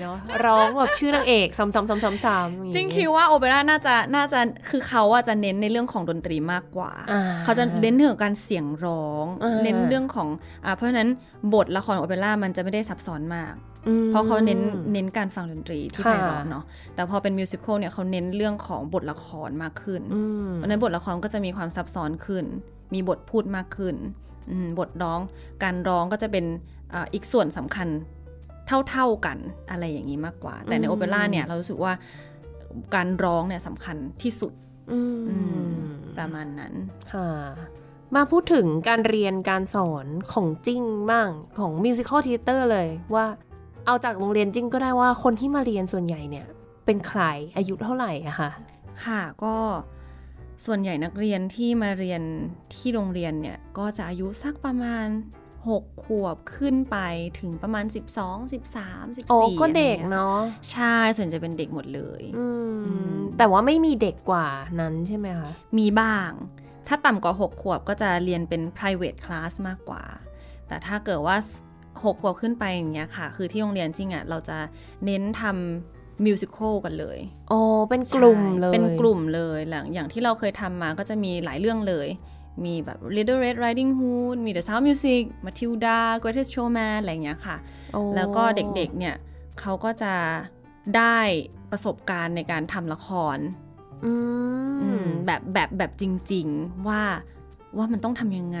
เนาะ ร้องแบบชื่อนางเอกซ้ำๆๆๆ
จ
ๆ
ริง
อย่าง
คิ
เงี้
วย ว่าโอเปร่าน่าจะน่าจะคือเขาอะจะเน้นในเรื่องของดนตรีมากกว่า
อ่า
เขาจะเน้นเรื่องของการเสียงร้อง
อ่า
เน้นเรื่องของอ่าเพราะฉะนั้นบทละครโอเปร่ามันจะไม่ได้ซับซ้อนมาก
อืม
เพราะเขาเน้นเน้นการฟังดนตรีที่
ค่ะ
ไพเราะเนาะแต่พอเป็นมิวสิควลเนี่ยเขาเน้นเรื่องของบทละครมากขึ้น
อืม
เพราะฉะนั้นบทละครก็จะมีความซับซ้อนขึ้น มีบทพูดมากขึ้นอืมบทร้องการร้องก็จะเป็นอ่าอีกส่วนสำคัญเท่าๆกันอะไรอย่างนี้มากกว่า แต่ในโอเปร่าเนี่ยเรารู้สึกว่าการร้องเนี่ยสำคัญที่สุด
อืม
อืม ประมาณนั้น
ค่ะมาพูดถึงการเรียนการสอนของจริงบ้างของมิวสิค l t เทเตอร์เลยว่า เอาจากโรงเรียนจริงก็ได้ว่าคนที่มาเรียนส่วนใหญ่เนี่ย เป็นใครอายุเท่าไหร่อะค่ะ
ค่ะก็ส่วนใหญ่นักเรียนที่มาเรียนที่โรงเรียนเนี่ยก็จะอายุสักประมาณ 6 ขวบขึ้นไปถึงประมาณ 12 13 14
โอ้ก็เด็ก
อะไรงี้ย
เนาะ
ใช่ส่วนจะเป็นเด็กหมดเลย
อืม
อืม
แต่ว่าไม่มีเด็กกว่านั้นใช่ไหมคะ
มีบ้าง ถ้าต่ำกว่า 6 ขวบก็จะเรียนเป็น private class มากกว่า แต่ถ้าเกิดว่า 6 ขวบขึ้นไปอย่างเงี้ยค่ะ คือที่โรงเรียนจริงอะ่ะ เราจะเน้นทำมิวสิควลกันเลย
โอ้เป็นกลุ่มเลย
ใช่เป็นกลุ่มเลยหลังอย่างที่เราเคยทำมาก็จะมีหลายเรื่องเลย มีแบบ Little Red Riding Hood มี The Sound Music Matilda Greatest Showman อะไรอย่างเงี้ยค่ะ
โอ้
แล้วก็เด็กๆ เนี่ยเขาก็จะได้ประสบการณ์ในการทำละคร
อื
อื
ม
มแบบแบบแบบจริงๆ ว่าว่ามันต้องทำยังไง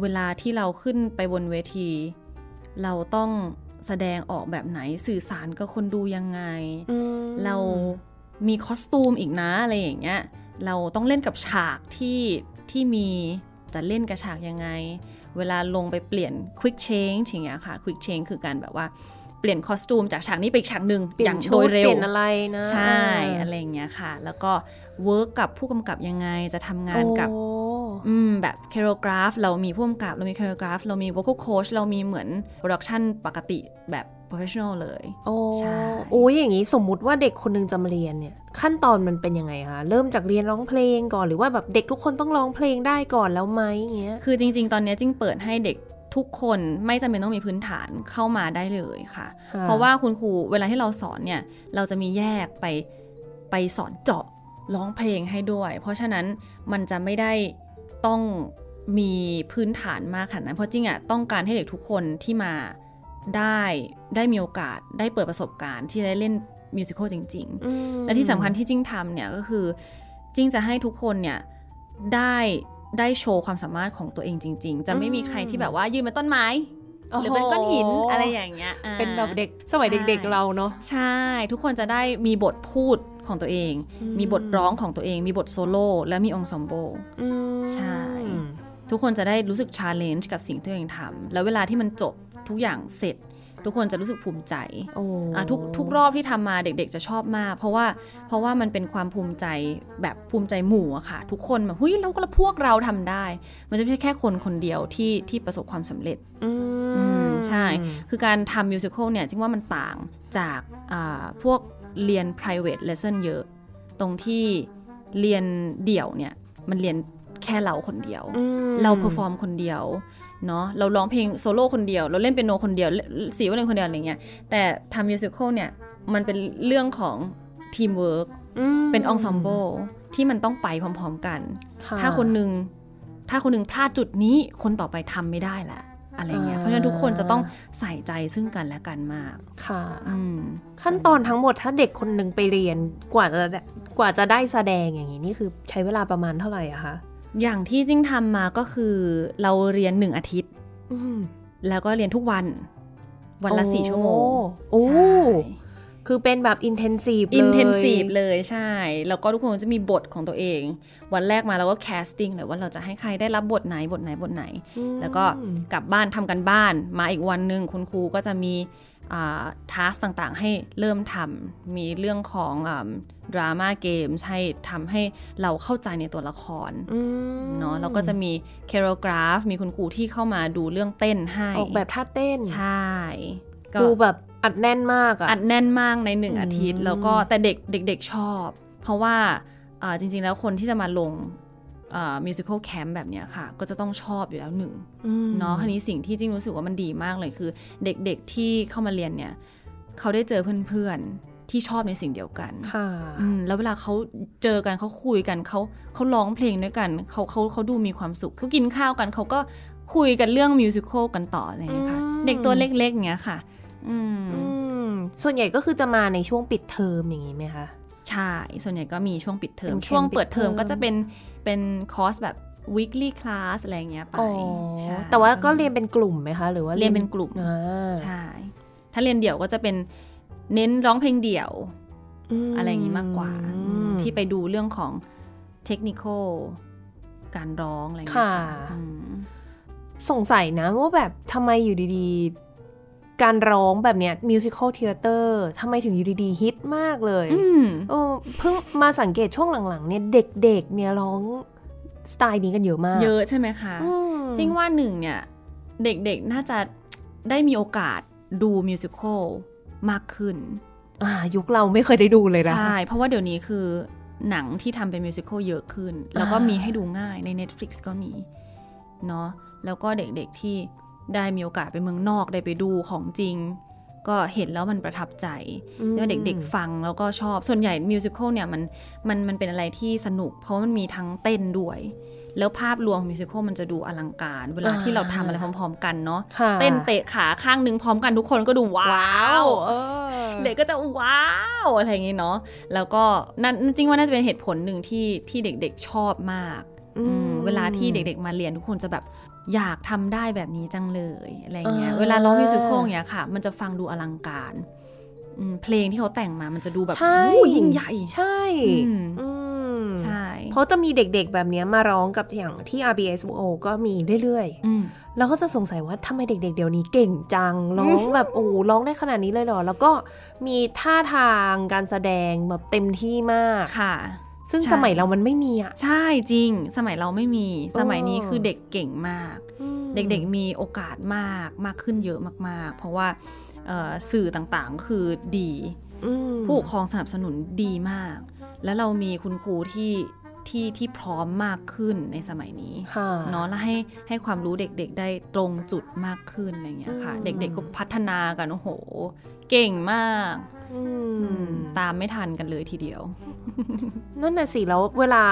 เวลาที่เราขึ้นไปบนเวที เราต้องแสดงออกแบบไหนสื่อสารกับคนดูยังไง
อืม
เรามีคอสตูมอีกนะอะไรอย่างเงี้ย เราต้องเล่นกับฉากที่ที่มีจะเล่นกับฉากยังไง เวลาลงไปเปลี่ยน quick change อย่างเงี้ยค่ะ quick change คือการแบบว่าเปลี่ยนคอสตูมจากฉากนี้ไปอีกฉากหนึ่ง
เป
อ
ลี่
ย
น
ย่าง
ชุ
โดยเร็ว
เปลี่ยนอะไรนะ
ใช่ อะไรอย่างเงี้ยค่ะ แล้วก็เวิร์กกับผู้กำกับยังไงจะทำงานกับ
โอ้
อืมแบบเคโรกราฟเรามีผู้กำกับเรามีเคโรกราฟเรามี vocal coach เรามีเหมือน production ปกติแบบ professional เลย
โอ้
ใช่
โอ้ยอย่างนี้สมมุติว่าเด็กคนหนึงจะมาเรียนเนี่ย ขั้นตอนมันเป็นยังไงคะเริ่มจากเรียนร้องเพลงก่อนหรือว่าแบบเด็กทุกคนต้องร้องเพลงได้ก่อนแล้วไหมอย่างเงี้ย
คือจริง ๆ ตอนเนี้ยจิ้งเปิดให้เด็กทุกคนไม่จำเป็นต้องมีพื้นฐานเข้ามาได้เลยค่ะ
ค่ะ
เพราะว่าคุณครูเวลาที่เราสอนเนี่ย เราจะมีแยกไปไปสอนเจาะร้องเพลงให้ด้วย เพราะฉะนั้นมันจะไม่ได้ต้องมีพื้นฐานมากขนาดนั้นเพราะจริงอะต้องการให้เด็กทุกคนที่มาได้ได้มีโอกาสได้เปิดประสบการณ์ที่ได้เล่นมิวสิควลจริง ๆ
อืม
และที่สำคัญที่จิ้งทำเนี่ยก็คือจิ้งจะให้ทุกคนเนี่ยได้ได้โชว์ความสามารถของตัวเองจริง ๆ จะไม่มีใครที่แบบว่ายืนเป็นต้นไม้ หรือเป็นก้อนหินอะไรอย่างเงี้ยอ่า
เป็นแบบเด็กสมัย
ใช่
เด็กๆเราเนาะ
ใช่ ทุกคนจะได้มีบทพูดของตัวเอง
อืม
มีบทร้องของตัวเอง มีบทโซโล่และมีองค์สมโบ ใช่ ทุกคนจะได้รู้สึกชาเลนจ์กับสิ่งที่ตัวเองทำแล้วเวลาที่มันจบทุกอย่างเสร็จ ทุกคนจะรู้สึกภูมิใจ
โอ้
อ่ะทุกทุกรอบที่ทำมาเด็กๆจะชอบมาก เพราะว่าเพราะว่ามันเป็นความภูมิใจแบบภูมิใจหมู่อะค่ะ ทุกคนแบบเฮ้ยเราก็พวกเราทำได้ มันจะไม่ใช่แค่คนคนเดียวที่ที่ประสบความสำเร็จ
อื
อืม
ม
ใช่ คือการทำมิวสิควลเนี่ยจริงว่ามันต่างจากอ่าพวกเรียน private lesson เยอะ ตรงที่เรียนเดี่ยวเนี่ยมันเรียนแค่เราคนเดียว
อืม
เราเพอร์ฟอร์มคนเดียวเนาะเราร้องเพลงโซโล่คนเดียว เราเล่นเปียโนคนเดียวเล่นสีวันเล่นคนเดียวอะไรเงี้ยแต่ทำมิวสิควลเนี่ย มันเป็นเรื่องของทีมเวิร์ก
ม
เป็นองซอมโบที่มันต้องไปพร้อมๆกัน
ค่ะ
ถ้าคนหนึ่งถ้าคนหนึ่งพลาดจุดนี้คนต่อไปทำไม่ได้ละอะไรเงี้ย
อ่า
เพราะฉะนั้นทุกคนจะต้องใส่ใจซึ่งกันและกันมาก
ค่ะ
อืม
ขั้นตอนทั้งหมดถ้าเด็กคนหนึ่งไปเรียนกว่าจะได้กว่าจะได้แสดงอย่างนี้นี่คือใช้เวลาประมาณเท่าไหร่อะคะ
อย่างที่จิ้งทำมาก็คือเราเรียนหนึ่งอาทิตย์
อืม
แล้วก็เรียนทุกวันวันละสี่ชั่วโมง
โอ้
ใช่
คือเป็นแบบอินเทนซีฟ
อินเทนซีฟเลยใช่ แล้วก็ทุกคนจะมีบทของตัวเอง วันแรกมาเราก็แคสติ้งเลยว่าเราจะให้ใครได้รับบทไหนบทไหนบทไหน แล้วก็กลับบ้านทำกันบ้าน มาอีกวันหนึ่งคุณครูก็จะมีทัสต่างๆ ให้เริ่มทำมีเรื่องของดราม่าเกมใช่ทำให้เราเข้าใจในตัวละครเนาะแล้วก็จะมีเคโรกราฟมีคุณครูที่เข้ามาดูเรื่องเต้นให้
ออกแบบท่าเต้น
ใช่ก็
ดูแบบอัดแน่นมากอะ
อัดแน่นมากในหนึ่ง
อืม
อาทิตย์ แล้วก็แต่เด็กเด็ก ๆ ชอบ เพราะว่าอ่าจริง ๆ แล้วคนที่จะมาลงมิวสิควลแคมป์แบบเนี้ยค่ะ ก็จะต้องชอบอยู่แล้วหนึ่ง
อืม
เนาะคันนี้สิ่งที่จริงรู้สึกว่ามันดีมากเลยคือ เด็กๆที่เข้ามาเรียนเนี่ย เขาได้เจอเพื่อนๆ ที่ชอบในสิ่งเดียวกัน
ค่ะ
อืมแล้วเวลาเขาเจอกันเขาคุยกันเขาเขาร้องเพลงด้วยกันเขาเขาเขาดูมีความสุขเขากินข้าวกันเขาก็คุยกันเรื่องมิวสิควลกันต่ออะไรอย่างเงี้ยค่ะ
อืม
เด็กตัวเล็กๆเงี้ยค่ะ อืม
อืมส่วนใหญ่ก็คือจะมาในช่วงปิดเทอมอย่างนี้ไหมคะ
ใช่ ส่วนใหญ่ก็มีช่วงปิดเทอ
เป็
ม
นแคมป์
ช่วงเปิดเทอม
ปิดเทอม
ก็จะเป็นเป็นคอร์สแบบ weekly class อะไรอย่างเงี้ยไป
อ๋อ
ใช่
แต่ว่าก็เรียนเป็นกลุ่มไหมคะ หรือว่า
เรียนเป็นกลุ่ม
อ่า
ใช่ ถ้าเรียนเดี่ยวก็จะเป็นเน้นร้องเพลงเดี่ยว
ม
อะไรอย่างงี้มากกว่า
อื
อื
ม
มที่ไปดูเรื่องของเทคนิคอลการร้องอะไรอย่างเงี้ย
ค่ะ
ค่ะอืม
สงสัยนะว่าแบบทำไมอยู่ดี การร้องแบบเนี้ยมิวสิควลเทเตอร์ทำไมถึงอยู่ดีๆฮิตมากเลย
อืม
เออเพิ่งมาสังเกตช่วงหลังๆเนี่ยเด็กๆเนี่ยร้องสไตล์นี้กันเยอะมาก
เยอะใช่ไหมคะ
อืม
จริงว่าหนึ่งเนี่ย เด็กๆน่าจะได้มีโอกาสดูมิวสิควลมากขึ้น
อ่ายุคเราไม่เคยได้ดูเลยนะ
ใช่ เพราะว่าเดี๋ยวนี้คือหนังที่ทำเป็นมิวสิควลเยอะขึ้น แล้วก็
อ่ามี
มีให้ดูง่ายใน Netflix ก็มี เนาะแล้วก็เด็กๆที่ได้มีโอกาสไปเมืองนอกได้ไปดูของจริง ก็เห็นแล้วมันประทับใจ
อืม
แล้วเด็กๆฟังแล้วก็ชอบ ส่วนใหญ่มิวสิควลเนี่ยมันมันมันเป็นอะไรที่สนุก เพราะมันมีทั้งเต้นด้วย แล้วภาพรวมของมิวสิควลมันจะดูอลังการ เวลาที่เราทำอะไรพร้อม ๆ กันเนาะ
ค่ะ
เต้นเตะขาข้างหนึ่งพร้อมกันทุกคนก็ดูว้า
ว้าว วเออ
เด็กก็จะว้าวอะไรอย่างงี้เนาะ แล้วก็นั่นจริงว่าน่าจะเป็นเหตุผลหนึ่งที่ที่เด็กๆชอบมาก
อื
อืม
ม
เวลาที่เด็กๆมาเรียนทุกคนจะแบบอยากทำได้แบบนี้จังเลยอะไรอย่างเงี้ย
อ่า
เวลาร้องมิวสิควลอย่างเงี้ยค่ะ มันจะฟังดูอลังการอืมเพลงที่เขาแต่งมามันจะดูแบบ
ใช่
อู้ยิ่งใหญ่
ใช่
อืม
อืม
ใช่
เพราะจะมีเด็กๆแบบเนี้ยมาร้องกับอย่างที่ RBSO ก็มีเรื่อย
อืม
ๆ แล้วก็จะสงสัยว่าทำไมเด็กๆ เดี๋ยวนี้เก่งจัง ร้องแบบ โอ้โหร้องได้ขนาดนี้เลยเหรอ แล้วก็มีท่าทางการแสดงแบบเต็มที่มาก
ค่ะ
ซึ่ง
ใช่
สมัยเรามันไม่มีอ่ะ
ใช่จริง สมัยเราไม่มี สมัยนี้
เออ
คือเด็กเก่งมาก เด็กๆ มีโอกาสมากมากขึ้นเยอะมากๆ เพราะว่าเอ่อสื่อต่างๆก็คือดี
ๆอืม
ผู้ปกครองสนับสนุนดีมาก แล้วเรามีคุณครูที่ที่ที่พร้อมมากขึ้นในสมัยนี้
ค่ะ
เนาะและให้ให้ความรู้เด็กๆ ได้ตรงจุดมากขึ้นอะไรเงี้ยค่ะ
อืม
เด็กๆ ก็พัฒนากัน โอ้โห เก่งมาก
อื
อืม
ม
ตามไม่ทันกันเลยทีเดียว
นั่นน่ะสิแล้วเวลา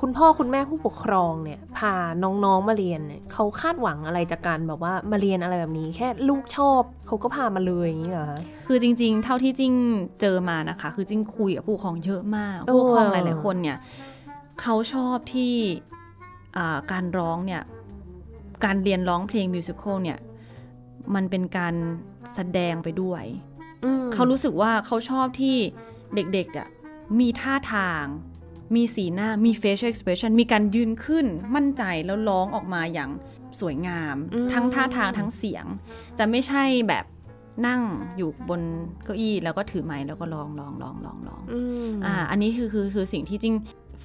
คุณพ่อคุณแม่ผู้ปกครองเนี่ย พาน้องๆมาเรียนเนี่ยเขาคาดหวังอะไรจากการแบบว่ามาเรียนอะไรแบบนี้ แค่ลูกชอบเขาก็พามาเลยอย่างนี้เหรอคะ
คือจริง ๆ เท่าที่จิ้งเจอมานะคะ คือจิ้งคุยกับผู้ปกครองเยอะมาก
เออ
ผู้ปกครองหลายๆคนเนี่ยเขาชอบที่อ่าการร้องเนี่ยการเรียนร้องเพลงมิวสิควลเนี่ยมันเป็นการแสดงไปด้วย
อืม
เขารู้สึกว่าเขาชอบที่เด็กๆอ่ะมีท่าทาง มีสีหน้ามี facial expression มีการยืนขึ้นมั่นใจแล้วร้องออกมาอย่างสวยงาม ทั้งท่าทางทั้งเสียง จะไม่ใช่แบบนั่งอยู่บนเก้าอี้แล้วก็ถือไม้แล้วก็ร้องร้องร้องร้องร้อง
อืม
อ่าอันนี้คือคือคือสิ่งที่จริง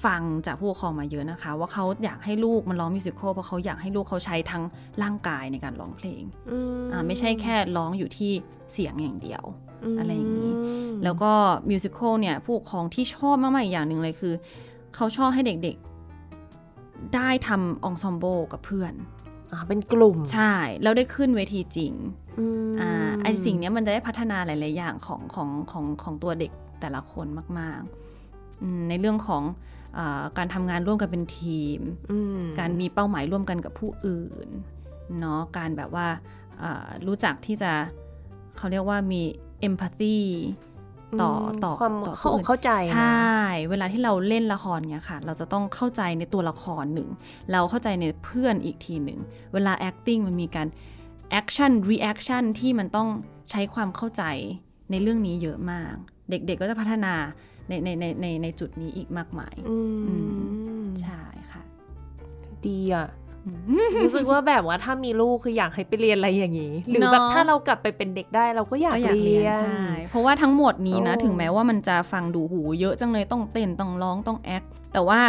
ฟังจากผู้ปกครองมาเยอะนะคะ ว่าเขาอยากให้ลูกมันร้องมิวสิควลเพราะเขาอยากให้ลูกเขาใช้ทั้งร่างกายในการร้องเพลง
อื
อ่าไม่ใช่แค่ร้องอยู่ที่เสียงอย่างเดียว อะไรอย่างนี้
ม
แล้วก็มิวสิควลเนี่ยผู้ปกครองที่ชอบมากๆอีกอย่างหนึ่งเลยคือ เขาชอบให้เด็กๆ ได้ทำองซอมโบกับเพื่อน
อ่าเป็นกลุ่ม
ใช่ แล้วได้ขึ้นเวทีจริง
อืม
อ่าไอสิ่งเนี้ยมันจะได้พัฒนาหลาย ๆ อย่างของของของของตัวเด็กแต่ละคนมากๆอืมในเรื่องของอาการทำงานร่วมกันเป็นทีม
อืม
การมีเป้าหมายร่วมกันกับผู้อื่นเนาะการแบบว่าอ่ารู้จักที่จะเขาเรียกว่ามี empathy ต่อต่อ
ความ
ต่อ
เข้า
ผู้
อ
อื่
ก
น
เข้าใจนะ
ใช่ เวลาที่เราเล่นละครเนี่ยค่ะ เราจะต้องเข้าใจในตัวละครหนึ่ง เราเข้าใจในเพื่อนอีกทีหนึ่ง เวลา acting มันมีการ action reaction ที่มันต้องใช้ความเข้าใจในเรื่องนี้เยอะมาก เด็กๆก็จะพัฒนาในในในในในจุดนี้อีกมากมาย
อืม
อื ใช่ค่ะ
ดีอ่ะ
อืม
รู้สึกว่าแบบว่าถ้ามีลูกคืออยากให้ไปเรียนอะไรอย่างนี้ หรือ
เนอะ
แบบถ้าเรากลับไปเป็นเด็กได้เราก็อยาก
ก็อยาก
เรี
เรี
ย
ยน
น
ใช่ เพราะว่าทั้งหมดนี้นะ
โอ้
ถึงแม้ว่ามันจะฟังดูหูเยอะจังเลยต้องเต้นต้องร้องต้องแอคแต่ว่า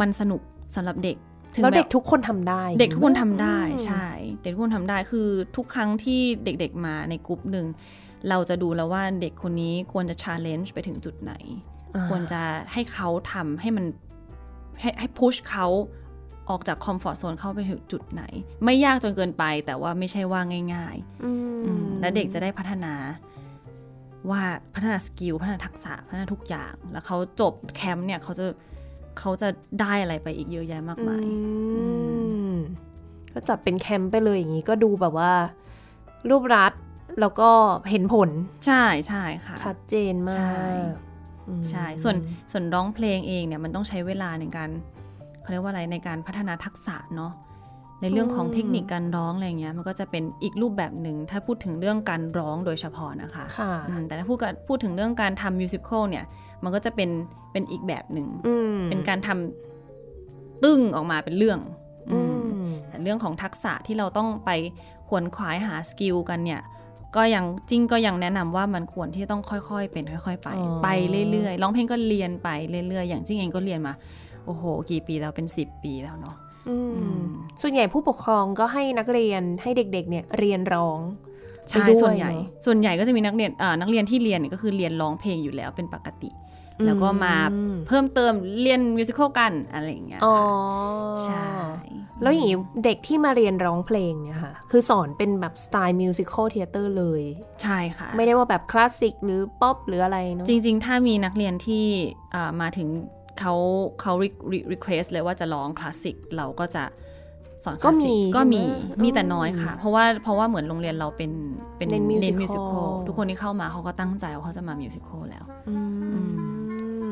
มันสนุกสำหรับเด็กถึง
แล้ว
แม้
เด็กทุกคนทำได้
เด็กทุกคนทำได้
อืม
ใช่ เด็กทุกคนทำได้คือทุกครั้งที่เด็กๆมาในกลุ่มหนึ่ง เราจะดูแล้วว่าเด็กคนนี้ควรจะชาเลนจ์ไปถึงจุดไหน
อ่า
ควรจะให้เขาทำให้มันให้ให้พุชเขาออกจากคอมฟอร์ z โซนเข้าไปถึงจุดไหน ไม่ยากจนเกินไปแต่ว่าไม่ใช่ว่าง่าย
อืม
ๆอืมและเด็กจะได้พัฒนาว่าพัฒนาสกิลพัฒนาทักษะพัฒนาทุกอย่าง แล้วเขาจบแคมป์เนี่ยเขาจะเขาจะได้อะไรไปอีกเยอะแยะมากมาย
อืมก็จัดเป็นแคมป์ไปเลยอย่างนี้ก็ดูแบบว่า รูปรัดแล้วก็เห็นผล
ใช่ใช่ค่ะ
ชัดเจนมา
ใช่
กอืม
ใช่ ส่วนส่วนร้องเพลงเองเนี่ยมันต้องใช้เวลาในการเขาเรียกว่าอะไรในการพัฒนาทักษะเนาะในเรื่องของเทคนิคการร้องอะไรอย่างเงี้ยมันก็จะเป็นอีกรูปแบบหนึ่งถ้าพูดถึงเรื่องการร้องโดยเฉพาะนะคะ
ค่ะ
อืมแต่ถ้าพูดกันพูดถึงเรื่องการทำมิวสิควลเนี่ยมันก็จะเป็นเป็นอีกแบบหนึ่ง
อืม
เป็นการทำตึ้งออกมาเป็นเรื่องอื
อื
ม
ม
แต่เรื่องของทักษะที่เราต้องไปขวนขวายหาสกิลกันเนี่ย ก็ยังจิ้งก็ยังแนะนำว่ามันควรที่ต้องค่อยๆ เป็นค่อย ๆ ไป
อ๋อ
ไปเรื่อยๆร้องเพลงก็เรียนไปเรื่อยๆ อย่างจิ้งเองก็เรียนมา โอ้โห กี่ปีแล้วเป็น 10 ปีแล้วเนาะ
อืม
อืม
ส่วนใหญ่ผู้ปกครองก็ให้นักเรียนให้เด็กๆเนี่ยเรียนร้อง
ใช่
ไปด้วย
ส่วนใหญ่
เอะ
ส่วนใหญ่ก็จะมีนักเรียนอ่านักเรียนที่เรียนเนี่ยก็คือเรียนร้องเพลงอยู่แล้วเป็นปกติ แล้วก็มา
อืม
เพิ่มเติมเรียนมิวสิควลกันอะไรอย่างเงี้ย
อ๋อ
ค่ะใช่
แล้วอย่างนี้เด็กที่มาเรียนร้องเพลงเนี่ยค่ะคือสอนเป็นแบบสไตล์มิวสิควลเทเตอร์เลย
ใช่ค่ะ
ไม่ได้ว่าแบบคลาสสิกหรือป๊อปหรืออะไรเนาะ
จริง ๆ ถ้ามีนักเรียนที่อ่ามาถึงเขาเขารีเควสเลยว่าจะร้องคลาสสิกเราก็จะสอนค
ก็
ลาส
มี
สิกก็มี
ใช่ไหม
มีแต่น้อย
อืม
ค่ะ เพราะว่าเพราะว่าเหมือนโรงเรียนเราเป็นเป็น
เน้น musical
มิวสิควลทุกคนที่เข้ามาเขาก็ตั้งใจว่าเขาจะมามิวสิควลแล้ว
อื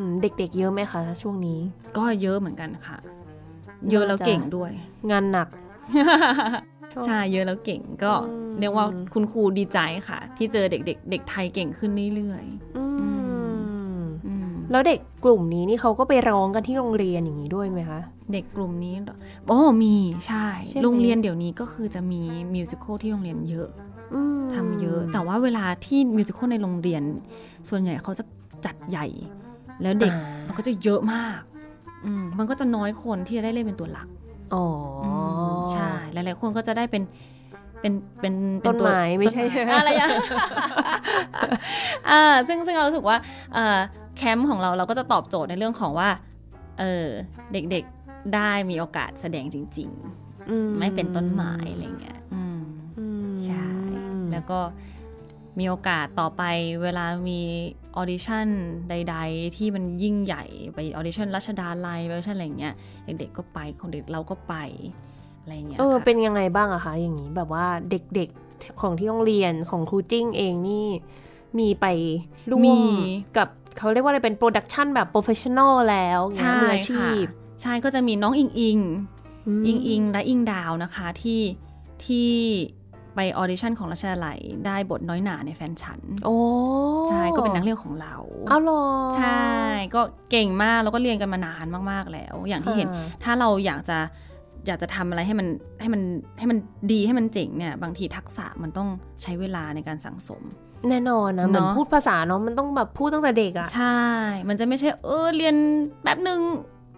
มเด็กๆเยอะไหมคะช่วงนี้
ก็เยอะเหมือนกันค่ะ เยอะแล้ว
น่าจะ
เก่งด้วย
งานหนัก
ใช่เยอะแล้วเก่งก็
อืม
เรียกว่าคุณครูดีใจค่ะ ที่เจอเด็กๆเด็กไทยเก่งขึ้นเรื่อย
อืม
ๆอืม
แล้วเด็กกลุ่มนี้นี่เขาก็ไปร้องกันที่โรงเรียนอย่างนี้ด้วยไหมคะ
เด็กกลุ่มนี้เหรอโอ้มีใช่
ใช่ไหม
โรงเรียนเดี๋ยวนี้ก็คือจะมีมิวสิควลที่โรงเรียนเยอะ
อืม
ทำเยอะ แต่ว่าเวลาที่มิวสิควลในโรงเรียน ส่วนใหญ่เขาจะจัดใหญ่ แล้วเด็ก
อ่า
มันก็จะเยอะมากอืมมันก็จะน้อยคนที่จะได้เล่นเป็นตัวหลัก
อ๋ออ
มใช่หลายๆคนก็จะได้เป็นเป็นเป็นเป็
ต้นไม้ไม่ใช่
ต้นไม้อะไรอย่าง อ่าซึ่งซึ่งเรารู้สึกว่าเอ่อแคมป์ของเราเราก็จะตอบโจทย์ในเรื่องของว่าเออเด็กๆได้มีโอกาสแสดงจริง ๆ
อื
ไม่เป็นต้นไม้อะไรเงี้ยอืม
อืม
ใช่ แล้วก็มีโอกาสต่อไปเวลามีออดิชั่นใด ๆ ที่มันยิ่งใหญ่ไปออดิชั่นรัชดาลัยไปออดิชั่นอะไรเงี้ยเด็กๆก็ไปคนเด็กเราก็ไปอะไรเงี้ย
เออ
ค่ะ
เป็นยังไงบ้างอะคะ อย่างนี้แบบว่าเด็กๆของที่โรงเรียนของครูจิ้งเองนี่ มีไปร่วมกับเขาเรียกว่าอะไรเป็นโปรดักชันแบบโปรเฟชชั่นอลแล้วอย่างเงี้ยมืออาชี
ค่ะ
พ
ใช่ก็จะมีน้องอิงอิง
ม
อิงอิงและอิงดาวนะคะที่ที่ไปออดิชั่นของรัชดาลัยได้บทน้อยหนาในแฟนฉัน
โอ้
ใช่ก็เป็นนักเรียนของเรา
เอาเหรอ
ใช่ ก็เก่งมากแล้วก็เรียนกันมานานมากๆแล้ว อย่างที่เห็น
ค่ะ
ถ้าเราอยากจะอยากจะทำอะไรให้มันให้มันให้มันดีให้มันเจ๋งเนี่ย บางทีทักษะมันต้องใช้เวลาในการสั่งสม
แน่นอน
เน
นะ
อะ
เหมือนพูดภาษาเนาะมันต้องแบบพูดตั้งแต่เด็กอะ
ใช่ มันจะไม่ใช่เออเรียนแป๊บหนึ่ง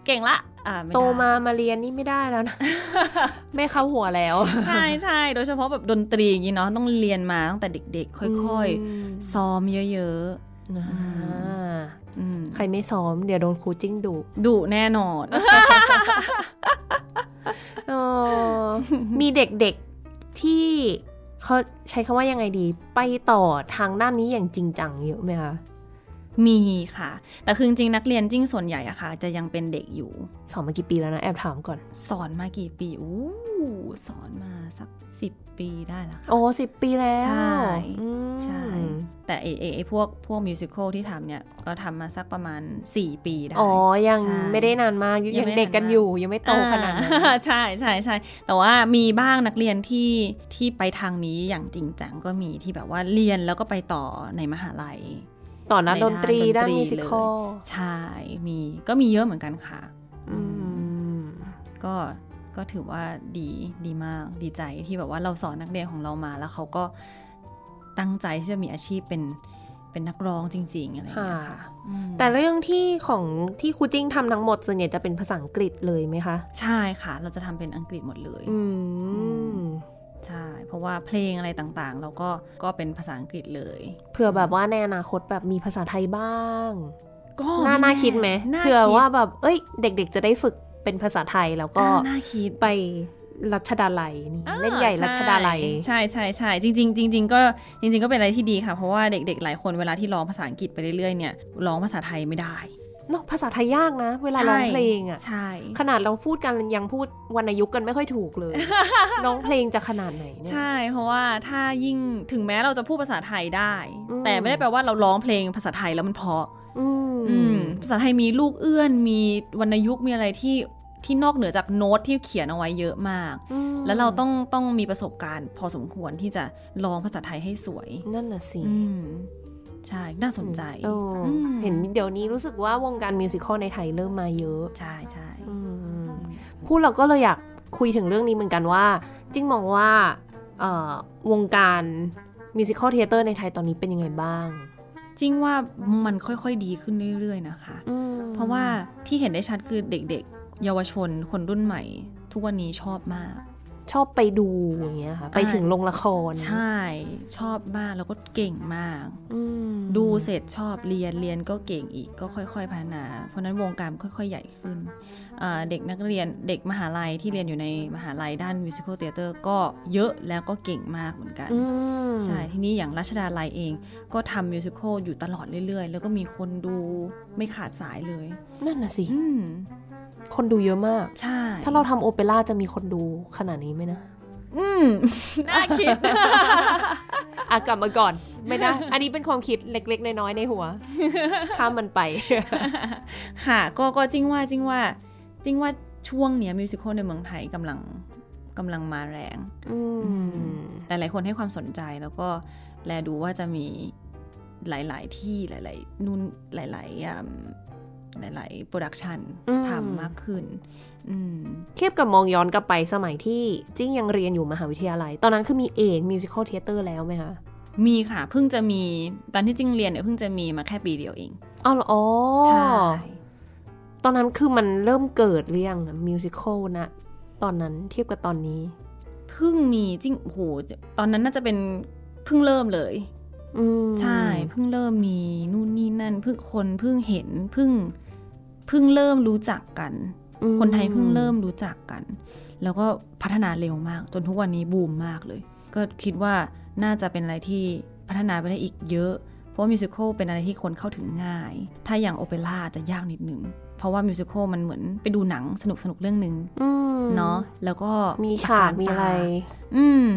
เก่งละอ่าไม่ได้
โตมามาเรียนนี่ไม่ได้แล้วนะ ไม่เข้าหัวแล้ว
ใช่ใช่โดยเฉพาะแบบดนตรีอย่างนี้เนาะต้องเรียนมาตั้งแต่เด็ก ๆ ค่อยๆ ซ้อมเยอะ
ๆอ่า
ๆอืม
ใครไม่ซ้อมเดี๋ยวโดนครูจิ้งดุ
ดุแน่นอน
เอ อมีเด็กๆที่เขาใช้คำว่ายังไงดี ไปต่อทางด้านนี้อย่างจริงจังเยอะไหมคะ
มีค่ะ แต่คือจริงๆนักเรียนจริงส่วนใหญ่อะค่ะ จะยังเป็นเด็กอยู่
สอนมากี่ปีแล้วนะแอบถามก่อน
สอนมากี่ปี อู้สอนมาสักสิบปีได้ละค่ะ
โอ้สิบปีแล้ว
ใช่
อืม
ใช่ แต่ไอไอไอพวกพวกมิวสิควลที่ทำเนี่ย ก็ทำมาสักประมาณ 4 ปีได้
อ๋อ ยัง
ใช่
ไม่ได้นานมากย
ยั
ยังง
ไม่ได้
เด็กกัน
นานมาก
อยู่ยังไม่โตขนาดนั้น
อ่ ใช่ใช่ใช่แต่ว่ามีบ้างนักเรียนที่ที่ไปทางนี้อย่างจริงจังก็มีที่แบบว่าเรียนแล้วก็ไปต่อในมหาลัย
ต่อนนักดนตรี
ในด้านดนต
ด้าน
รี
มิวสิคอล
ใช่มีก็มีเยอะเหมือนกันค่ะ
อืม
ก็ก็ถือว่าดีดีมากดีใจที่แบบว่าเราสอนนักเรียนของเรามาแล้วเขาก็ตั้งใจที่จะมีอาชีพเป็นเป็นนักร้องจริง ๆ อะไรอย่างเงี้ย
ค่ะ
ค่ะอืม
แต่เรื่องที่ของที่ครูจิ้งทำทั้งหมดส่วนใหญ่จะเป็นภาษาอังกฤษเลยไหมคะ
ใช่ค่ะ เราจะทำเป็นอังกฤษหมดเลย
อืม
ใช่เพราะว่าเพลงอะไรต่างๆ เราก็ก็เป็นภาษาอังกฤษเลย
เผื่อแบบว่าในอนาคตแบบมีภาษาไทยบ้าง
ก็
น่า
ไม่แ
น่าคิดไหม
น่
เผื่อ
คิด
ว่าแบบเอ้ย เด็กๆจะได้ฝึกเป็นภาษาไทยแล้วก็
อ่าน่าคิด
ไปรัชดาลัยนี่เล่นใหญ่รัชดาลัย
ใช่ใช่ใช่จริงๆจริงๆก็จริง ๆ ก็เป็นอะไรที่ดีค่ะ เพราะว่าเด็ก ๆ หลายคนเวลาที่ร้องภาษาอังกฤษไปเรื่อยๆเนี่ยร้องภาษาไทยไม่ได้
เนอะภาษาไทยยากนะ เวลาร้องเพลงอะ
ใช่
ขนาดเราพูดกันยังพูดวรรณยุกต์กันไม่ค่อยถูก เลย น้องเพลงจะขนาดไหนเนี่ย
ใช่ เพราะว่าถ้ายิ่งถึงแม้เราจะพูดภาษาไทยได้
อืม
แต่ไม่ได้แปลว่าเราร้องเพลงภาษาไทยแล้วมันเพราะ
อืม
อืมภาษาไทยมีลูกเอื้อน มีวรรณยุกต์มีอะไรที่ที่นอกเหนือจากโน้ตที่เขียนเอาไว้เยอะมาก
อืม
แล้วเราต้องต้องมีประสบการณ์พอสมควรที่จะร้องภาษาไทยให้สวย
นั่นน่ะสิ
อืมใช่ น่าสนใจ
เอออ
ม
เห็นเดี๋ยวนี้รู้สึกว่าวงการมิวสิควลในไทยเริ่มมาเยอะ
ใช่ใช่
อืมพูดเราก็เลยอยากคุยถึงเรื่องนี้เหมือนกันว่า จิ้งมองว่าเอ่อวงการ มิวสิควลเทเตอร์ในไทยตอนนี้เป็นยังไงบ้าง
จริงว่ามันค่อยๆดีขึ้นเรื่อยๆนะคะ เพราะว่าที่เห็นได้ชัดคือเด็กๆ เยาวชนคนรุ่นใหม่ ทุกวันนี้ชอบมาก
ชอบไปดูอย่างเงี้ยค่ะ ไปถึงโรงละคร
ใช่ชอบมากแล้วก็เก่งมาก
อืม
ดูเสร็จชอบเรียนเรียนก็เก่งอีกก็ค่อย ๆ พัฒนา เพราะฉะนั้นวงการค่อย ๆ ใหญ่ขึ้นอ่าเด็กนักเรียนเด็กมหาลัยที่เรียนอยู่ในมหาลัยด้านมิวสิควลเตเตอร์ก็เยอะแล้วก็เก่งมากเหมือนกัน
อืม
ใช่ที่นี่อย่างรัชดาลัยเองก็ทำมิวสิควลอยู่ตลอดเรื่อย ๆ แล้วก็มีคนดูไม่ขาดสายเลย
นั่นน่ะสิ
อืม
คนดูเยอะมาก
ใช่
ถ้าเราทำโอเปร่าจะมีคนดูขนาดนี้ไหมนะ
อืม น่าคิด
อ่ะกลับมาก่อน ไม่นะ อันนี้เป็นความคิดเล็กๆ น้อยๆ ในหัว ข้ามมันไป
ค่ะก็ก็จริงว่าจริงว่าจริงว่าช่วงเนี้ยมิวสิควลในเมืองไทยกำลังกำลังมาแรง
อืม
หลาย ๆ คนให้ความสนใจแล้วก็แลดูว่าจะมีหลาย ๆ ที่หลาย ๆนู่นหลายๆอ่ะหลาย ๆ โปรดักชัน
อืม
ทำมากขึ้น อืม
เทียบกับมองย้อนกลับไปสมัยที่จิ้งยังเรียนอยู่มหาวิทยาลัย ตอนนั้นคือมีเอกมิวสิควลเทเตอร์แล้วไหมคะ
มีค่ะ เพิ่งจะมีตอนที่จริงเรียนเนี่ยเพิ่งจะมีมาแค่ปีเดียวเอง
อ้าวเหรออ๋อ
ใช่
ตอนนั้นคือมันเริ่มเกิดหรือยังมิวสิควลนะตอนนั้นเทียบกับตอนนี้
เพิ่งมีจริงโอ้โหตอนนั้นน่าจะเป็นเพิ่งเริ่มเลย
อืม
ใช่เพิ่งเริ่มมีนู่นนี่นั่นเพิ่งคนเพิ่งเห็นเพิ่งเพิ่งเริ่มรู้จักกัน
อืม
คนไทยเพิ่งเริ่มรู้จักกัน แล้วก็พัฒนาเร็วมาก จนทุกวันนี้บูมมากเลย ก็คิดว่าน่าจะเป็นอะไรที่พัฒนาไปได้อีกเยอะ เพราะว่ามิวสิควลเป็นอะไรที่คนเข้าถึงง่าย ถ้าอย่างโอเปร่าจะยากนิดนึง เพราะว่ามิวสิควลมันเหมือนไปดูหนังสนุกสนุกๆเรื่องหนึ่ง
อืม
เนาะแล้วก็
มีฉาก
ปะกรต
มีอะไร
อืม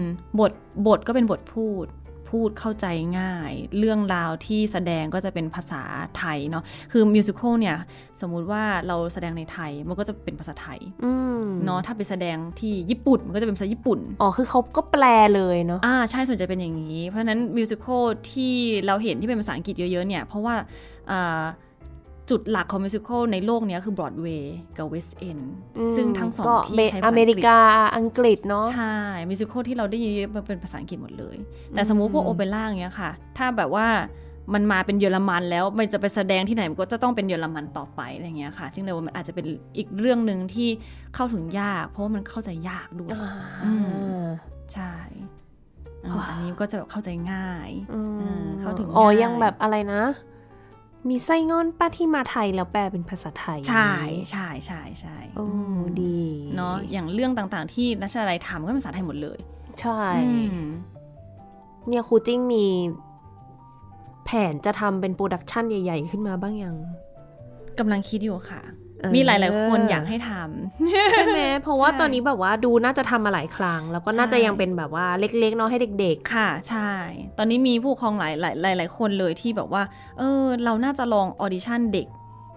บทบทก็เป็นบทพูด พูดเข้าใจง่าย เรื่องราวที่แสดงก็จะเป็นภาษาไทยเนาะคือมิวสิควลเนี่ย สมมุติว่าเราแสดงในไทยมันก็จะเป็นภาษาไทย
อืม
เนาะถ้าไปแสดงที่ญี่ปุ่นมันก็จะเป็นภาษาญี่ปุ่น
อ๋อคือเขาก็แปลเลยเนาะ
อ่าใช่ส่วนใจะเป็นอย่างนี้ เพราะฉะนั้นมิวสิควลที่เราเห็นที่เป็นภาษาอังกฤษเยอะๆเนี่ย เพราะว่าอ่าจุดหลักของมิวสิควลในโลกเนี้ยคือบรอดเวย์กับเวสต์เอนซึ่งทั้งสอง
ก็
ที่
เม
ใช้ภาษาอั
อง เมริ
กฤษ
กาอังกฤษเนาะ
ใช่ มิวสิควลที่เราได้ยินเยอะๆมันเป็นภาษาอังกฤษหมดเลย แต่
อืม
สมมุติพวกโอเปร่าอย่างเงี้ยค่ะ ถ้าแบบว่ามันมาเป็นเยอรมันแล้ว มันจะไปแสดงที่ไหนมันก็จะต้องเป็นเยอรมันต่อไปอะไรเงี้ยค่ะจึงเลยว่ามันอาจจะเป็นอีกเรื่องหนึ่งที่เข้าถึงยาก เพราะว่ามันเข้าใจยากด้วย อื ใช่อ่าอันนี้ก็จะแบบเข้าใจง่าย
อืม
อืมเข้าถึง
อ๋อ
ง่าย
ยังแบบอะไรนะ มีไส้งอนป้าที่มาไทยแล้วแปลเป็นภาษาไทย
ใช่ใช่ใช่ใช่
โอ้
ม
ดี
เนาะ อย่างเรื่องต่างๆ ที่นัชชาลัยทำก็เป็นภาษาไทยหมดเลย
ใช่
อืม
เนี่ยครูจิ้งมี แผนจะทำเป็นโปรดักชันใหญ่ ๆ ขึ้นมาบ้างยัง
กำลังคิดอยู่ค่ะ
เออ
มีหลาย ๆ คนอยากให้ทำ
ใช่ไหมเพราะว่า
ใช่
ตอนนี้แบบว่าดูน่าจะทำมาหลายครั้ง แล้วก็น่าจะ
ใช่
ยังเป็นแบบว่าเล็กๆเนาะให้เด็ก
ค่ะใช่ ตอนนี้มีผู้ปกครองหลายหลายหลายหลายคนเลยที่แบบว่า เออ เราน่าจะลองออดิชั่นเด็ก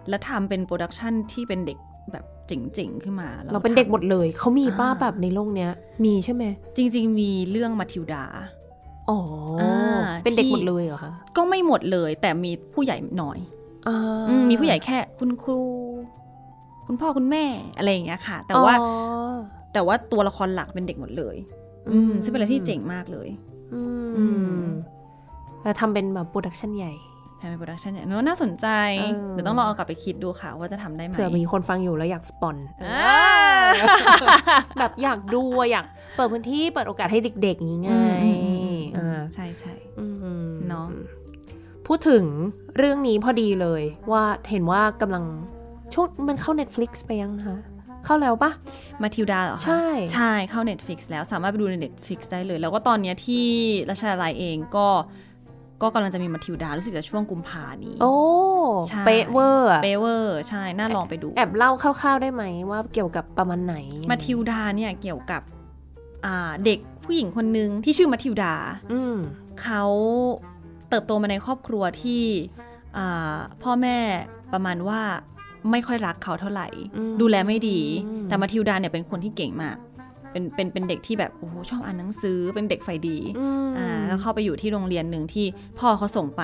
และทำเป็นโปรดักชันที่เป็นเด็กแบบเจ๋งๆ ขึ้นมา
ๆ
แล้ว
เราเป็นเด็กหมด
ท
เลย เขามีป้าแบบในโลกเนี้ย มีใช่ไหม
ำจริง ๆ มีเรื่องมาทิวดา
อ๋ออา เป็นเด็ก
ที่
หมดเลยเหรอคะ
ก็ไม่หมดเลยแต่มีผู้ใหญ่น้อย
อ่า
อืมมีผู้ใหญ่แค่คุณครู คุณพ่อคุณแม่อะไรอย่างเงี้ยค่ะ แต่ว่า
อ๋อ
แต่ว่าตัวละครหลักเป็นเด็กหมดเลย
อ
อืมซึ่งเป็นอะไรที่เจ๋งมากเลย
อื
อื
ม
ม
แล้วทำเป็นแบบโปรดักชันใหญ่
ทำเป็นโปรดักชันเนี่ยเนอะน่าสนใจ
เออ
เดี๋ยวต้องลองเอากลับไปคิดดูค่ะ ว่าจะทำได้ไหม
เผื่อมีคนฟังอยู่แล้วอยากสปอน
อ่า
แบบอยากดูอะอยากเปิดพื้นที่เปิดโอกาสให้เด็กๆอย่างงี้ไงอ่า
ใช่ใช่
อืม
เนอะ
พูดถึงเรื่องนี้พอดีเลยว่าเห็นว่ากำลังช่วงมันเข้า Netflix ไปยังนะคะเข้าแล้วปะ
มาทิวดาเหรอคะ
ใช่
ใช่เข้า Netflix แล้วสามารถไปดูใน Netflix ได้เลย แล้วก็ตอนเนี้ยที่ราชดาลัยเองก็ก็กำลังจะมีมาทิวดารู้สึกจะช่วงกุมภานี้
โอ้
ใช่
เป๊ะเวอร์อะ
เปเวอร์ ใช่ น่าลองไปดู
แอบเล่าคร่าวๆได้ไหมว่าเกี่ยวกับประมาณไหน
มาทิวดาเนี่ยเกี่ยวกับอ่าเด็กผู้หญิงคนหนึ่งที่ชื่อมาทิวดา
อืม
เขาเติบโตมาในครอบครัวที่อ่าพ่อแม่ประมาณว่าไม่ค่อยรักเขาเท่าไหร่
อืม
ดูแลไม่ดี
อืม
แต่มาทิวดาเนี่ยเป็นคนที่เก่งมาก เป็นเป็นเป็นเด็กที่แบบโอ้โหชอบอ่านหนังสือเป็นเด็กไฟดี
อืม
อ่าแล้วเข้าไปอยู่ที่โรงเรียนหนึ่งที่พ่อเขาส่งไป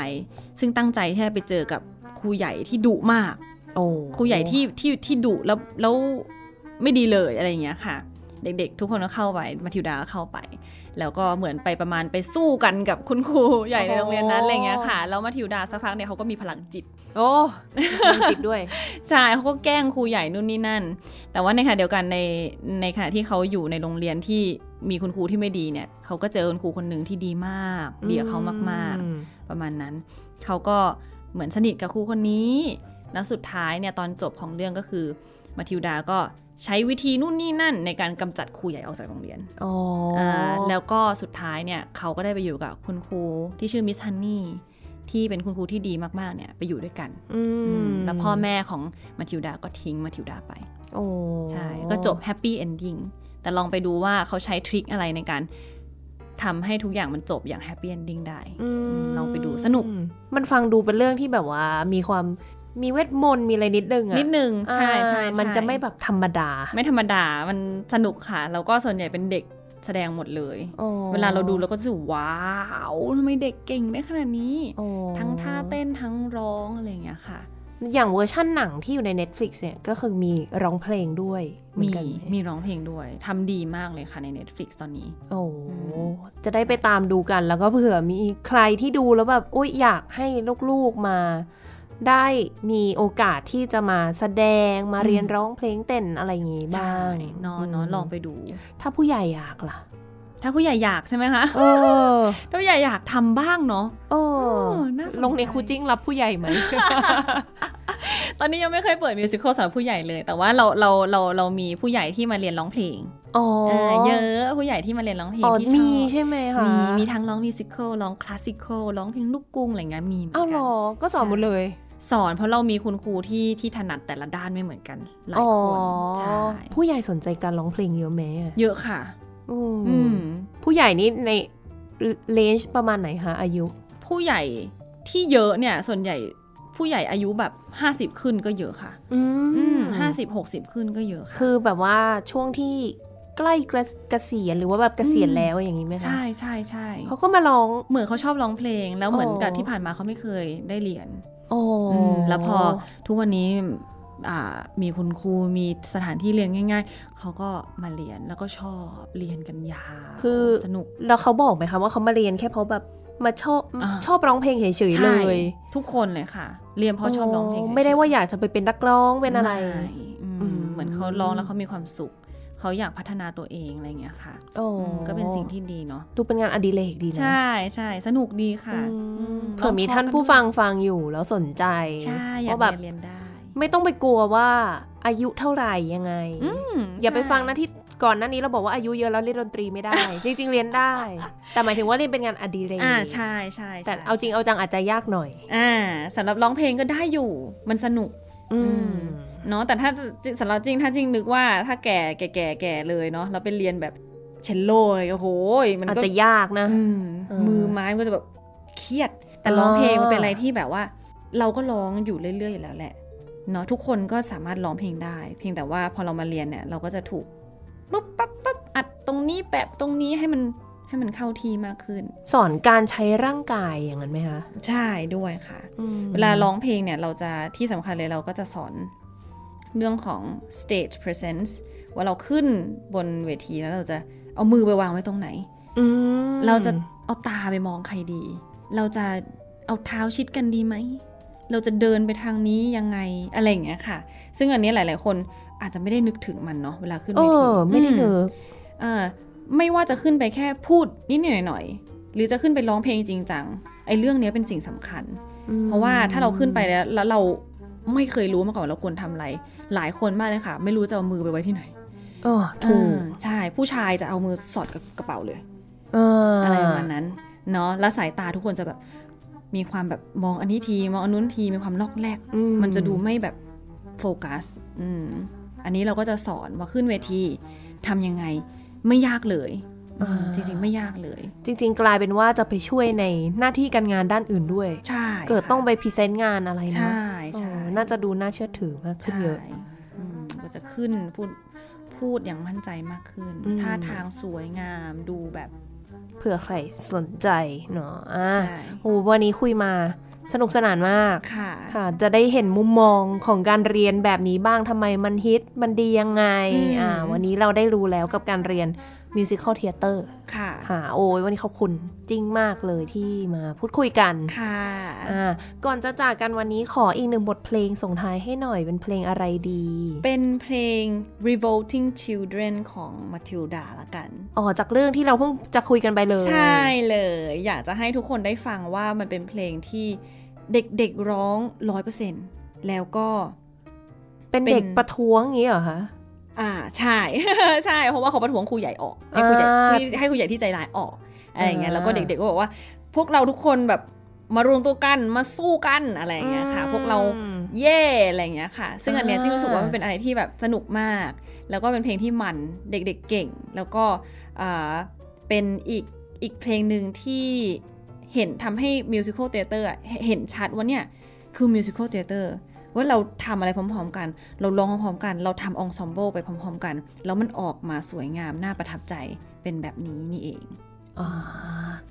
ซึ่งตั้งใจที่จะไปเจอกับครูใหญ่ที่ดุมาก
โอ้
ครูใหญ่ที่ที่ที่ดุแล้วแล้วไม่ดีเลยอะไรอย่างเงี้ยค่ะ เด็กๆ ทุกคนก็เข้าไปมาทิวดาก็เข้าไป แล้วก็เหมือนไปประมาณไปสู้กันกับคุณครูใหญ่ในโรงเรียนนั้นอะไรอย่างเงี้ยค่ะแล้วมาทิวดาสักพักเนี่ยเขาก็มีพลังจิต
โอ้มีจิตด้วย
ใช่เขาก็แกล้งครูใหญ่นู่นนี่นั่น แต่ว่าในขณะเดียวกันในในขณะที่เขาอยู่ในโรงเรียนที่มีคุณครูที่ไม่ดีเนี่ยเขาก็เจอคุณครูคนหนึ่งที่ดีมากดีกับเขามาก
อื
ๆ ประมาณนั้น เขาก็เหมือนสนิทกับครูคนนี้ แล้วสุดท้ายเนี่ยตอนจบของเรื่องก็คือมาทิวดาก็ใช้วิธีนู่นนี่นั่น ในการกำจัดครูใหญ่ออกจากโรงเรียน
อ๋อา
แล้วก็สุดท้ายเนี่ยเขาก็ได้ไปอยู่กับคุณครูที่ชื่อมิสฮันนี่ที่เป็นคุณครูที่ดีมากๆเนี่ยไปอยู่ด้วยกัน
อื
อื
ม
มแล้วพ่อแม่ของมาทิวดาก็ทิ้งมาทิวดาไป
โอ้
ใช่ ก็จบแฮปปี้เอนดิ้งแต่ลองไปดูว่าเขาใช้ทริคอะไรในการทำให้ทุกอย่างมันจบอย่างแฮปปี้เอนดิ้งได้
อืม
อืมลองไปดูสนุก
มันฟังดูเป็นเรื่องที่แบบว่ามีความมีเวทมนต์มีอะไรนิดนึงอะ
นิดนึง ใช่
อ่า
ใช่ใช่
มันจะไม่แบบธรรมดา
ไม่ธรรมดา มันสนุกค่ะ แล้วก็ส่วนใหญ่เป็นเด็กแสดงหมดเลย
โอ้
เวลาเราดูเราก็จะว้าวทำไมเด็กเก่งได้ขนาดนี้
โอ้
ทั้งท่าเต้นทั้งร้องอะไรอย่างเงี้ยค่ะ
อย่างเวอร์ชั่นหนังที่อยู่ใน Netflix เนี่ยก็คือมีร้องเพลงด้วยเหมือ
มี
นกันไห
มีร้องเพลงด้วยทำดีมากเลยค่ะใน Netflix ตอนนี้
โอ้โห
อืม
จะได้ไปตามดูกันแล้วก็เผื่อมีใครที่ดูแล้วแบบโอ้ยอยากให้ลูกๆมา ได้มีโอกาสที่จะมาแสดงมาเรียนร้องเพลงเต้นอะไรอย่างงี้บ้าง
ใช่เนอะเนอะ
ม
ลองไปดู
ถ้าผู้ใหญ่อยากล่ะ
ถ้าผู้ใหญ่อยากใช่ไหมคะ
เออ
ถ้าผู้ใหญ่อยากทำบ้างเนาะ
โอ้
อน่าสนใจ
ลงในครูจิ้งรับผู้ใหญ่ไหม
ตอนนี้ยังไม่เคยเปิดมิวสิควลสำหรับผู้ใหญ่เลย แต่ว่าเราเราเราเรามีผู้ใหญ่ที่มาเรียนร้องเพลง
อ๋อ
เออเยอะผู้ใหญ่ที่มาเรียนร้องเพลง
อ๋อ
ที่ชอบ
มีใช่ไหมคะ
มีมีทั้งร้องมิวสิควลร้องคลาสสิคอลร้องเพลงลูกกรุ้งอะไรเงี้ยมีเหมือน
อ้าวเหร
กั
อก็สอนหมดเลย
สอนเพราะเรามีคุณครูที่ที่ถนัดแต่ละด้านไม่เหมือนกันหลายคน
อ๋อ
ใช่
ผู้ใหญ่สนใจการร้องเพลงเยอะไหมอะ
เยอะค่ะ
อืม
อืม
ผู้ใหญ่นี่ในเลนจ์ประมาณไหนคะอายุ
ผู้ใหญ่ที่เยอะเนี่ยส่วนใหญ่ผู้ใหญ่อายุแบบ 50 ขึ้นก็เยอะค่ะ
อื
อืมห้าสิบหกสิบขึ้นก็เยอะค่ะ
คือแบบว่าช่วงที่ใกล้เกรเกษียณหรือว่าแบบเกษียณ
อืม
แล้วอย่างนี้ไหมคะ
ใช่ใช่ใช่
เขาก็มาร้อง
เหมือนเขาชอบร้องเพลง แล้วเหมือน
อ๋อ
กับที่ผ่านมาเขาไม่เคยได้เรียน
โอ้
อืมแล้วพอทุกวันนี้อ่ามีคุณครูมีสถานที่เรียนง่าย ๆ เขาก็มาเรียนแล้วก็ชอบเรียนกันยาว
คือ
สนุก
แล้วเขาบอกไหมคะว่าเขามาเรียนแค่เพราะแบบมาชอบ
อ่า
ชอบร้องเพลงเฉยๆเล
ใช่
ย
ทุกคนเลยค่ะ เรียนเพราะชอบร้องเพลง
ไม่ได้
เฉยๆ
ว่าอยากจะไปเป็นนักร้องเป็นอะไร
ม่อืม
อืม
เหมือนเขาร้องแล้วเขามีความสุข เขาอยากพัฒนาตัวเองอะไรอย่างเงี้ยค่ะ
โอ้
อืมก็เป็นสิ่งที่ดีเนาะ
ดูเป็นงานอดิเรกดีนะ
ใช่ใช่สนุกดีค่ะ
อืม
ม
เผื่อมี
ลง
ท่าน
ค
ผู้
ดู
ฟังฟังอยู่แล้วสนใจ
ใช่อยาก
ว่าแบบ
เรียนได้
ไม่ต้องไปกลัวว่าอายุเท่าไหร่ยังไง อย่าไปฟังนะที่ก่อนหน้านี้เราบอกว่าอายุเยอะแล้วเล่นดนตรีไม่ได้ จริง ๆ เรียนได้ แต่หมายถึงว่าเรียนเป็นงานอดิเรก
อ่าใช่ใช่ใช่
แต่เอาจริงเอาจังอาจจะยากหน่อย
อ่าสำหรับร้องเพลงก็ได้อยู่ มันสนุก
อื
อื
ม
ม เนาะแต่ถ้าสำหรับจริงถ้าจริงนึกว่าถ้าแก่แก่แก่แก่เลยเนาะเราไปเรียนแบบเชลโลเลยโอ้โหยมัน
อาจ
ก็
จะยากนะ
อืม
เออ
มือไม้มันก็จะแบบเครียด แต่
เออ
ร้องเพลงมันเป็นอะไรที่แบบว่า เราก็ร้องอยู่เรื่อยๆอยู่แล้วแหละเนาะทุกคนก็สามารถร้องเพลงได้ เพียงแต่ว่าพอเรามาเรียนเนี่ยเราก็จะถูกปุ๊บปั๊บปั๊บอัดตรงนี้แปะตรงนี้ให้มันให้มันเข้าที่มากขึ้น
สอนการใช้ร่างกายอย่างนั้นไหมคะ
ใช่ด้วยค่ะ
อืม
เวลาร้องเพลงเนี่ยเราจะที่สำคัญเลยเราก็จะสอนเรื่องของ stage presence ว่าเราขึ้นบนเวทีแล้วเราจะเอามือไปวางไว้ตรงไหน
อืม
เราจะเอาตาไปมองใครดี เราจะเอาเท้าชิดกันดีไหม เราจะเดินไปทางนี้ยังไงอะไรอย่างเงี้ยค่ะ ซึ่งอันนี้หลาย ๆ คนอาจจะไม่ได้นึกถึงมันเนาะเวลาขึ้น
เอ
เวที
อไม่ได้เน
อืม
อ
เอ่อไม่ว่าจะขึ้นไปแค่พูดนิดหน่อยหน่อยๆหรือจะขึ้นไปร้องเพลงจริงจังไอ้เรื่องเนี้ยเป็นสิ่งสำคัญ เพราะว่าถ้าเราขึ้นไปแล้วแล้วเราไม่เคยรู้มาก่อนว่าเราควรทำอะไร หลายคนมากเลยค่ะ ไม่รู้จะเอามือไปไว้ที่ไหน
เออถูก
อ่าใช่ผู้ชายจะเอามือสอดกับกระเป๋าเลย
เอออ
อะไรประมาณนั้นเนาะแล้วสายตาทุกคนจะแบบมีความแบบมองอันนี้ทีมองอันนู้นทีมีความลอกแลก
อื
มันจะดูไม่แบบโฟกัสอืมอันนี้เราก็จะสอนว่าขึ้นเวทีทำยังไงไม่ยากเลย
อ่า
จริงๆไม่ยากเลย
จริงๆ กลายเป็นว่าจะไปช่วยในหน้าที่การงานด้านอื่นด้วย
ใช่ค่ะ
เกิดต้องไปพรีเซนต์งานอะไรนะ
ใช่ใช่
เออน่าจะดูน่าเชื่อถือมากขึ้นเยอะ
ใช่มก็จะขึ้นพูดพูดอย่างมั่นใจมากขึ้น
อืม
ท่าทางสวยงามดูแบบ
เผื่อใครสนใจเนาะอ่ะ
ใช่
โอ้วันนี้คุยมา สนุกสนานมาก
ค่ะ
ค่ะ จะได้เห็นมุมมองของการเรียนแบบนี้บ้างทำไมมันฮิต มันดียังไง
อืม
อ่า วันนี้เราได้รู้แล้วกับการเรียนมิวสิควลเทเตอร์
ค่ะ
ค่ะ โอ้ยวันนี้ขอบคุณจริงมากเลยที่มาพูดคุยกัน
ค่ะ
อ่า ก่อนจะจากกันวันนี้ขออีกหนึ่งบทเพลงส่งท้ายให้หน่อยเป็นเพลงอะไรดี
เป็นเพลง revolting children ของ Matilda ละกัน
อ๋อ จากเรื่องที่เราเพิ่งจะคุยกันไปเลย
ใช่เลย อยากจะให้ทุกคนได้ฟังว่ามันเป็นเพลงที่เด็กๆร้องร้อยเปอร์เซ็นแล้วก็
เป็น
เป็น
เด็กประท้วงอย่างนี้เหรอคะ
อ่าใช่ ใช่เพราะว่าเขาประท้วงครูใหญ่ออกให้ครูใหญ่
อ่า
ให้ให้ครูใหญ่ที่ใจร้ายออกอะไรอย่างเงี้ย
อ่า
แล้วก็เด็กๆก็บอกว่า พวกเราทุกคนแบบมารวมตัวกันมาสู้กันอะไรอย่างเงี้ยค่ะ
อืม
พวกเราเย่อะไรอย่างเงี้ยค่ะ ซึ่งอันเนี้ย
อ่า
จิ้งรู้สึกว่ามันเป็นอะไรที่แบบสนุกมาก แล้วก็เป็นเพลงที่มันเด็กๆเก่ง แล้วก็อ่าเป็นอีกอีกเพลงหนึ่งที่เห็นทำให้มิวสิควลเตเตอร์เห็นชัดว่าเนี่ย คือมิวสิควลเทเตอร์ว่าเราทำอะไรพร้อมๆกัน เราร้องพร้อมๆกัน เราทำองซอมโบไปพร้อมๆกัน แล้วมันออกมาสวยงาม น่าประทับใจเป็นแบบนี้นี่เอง
อ่า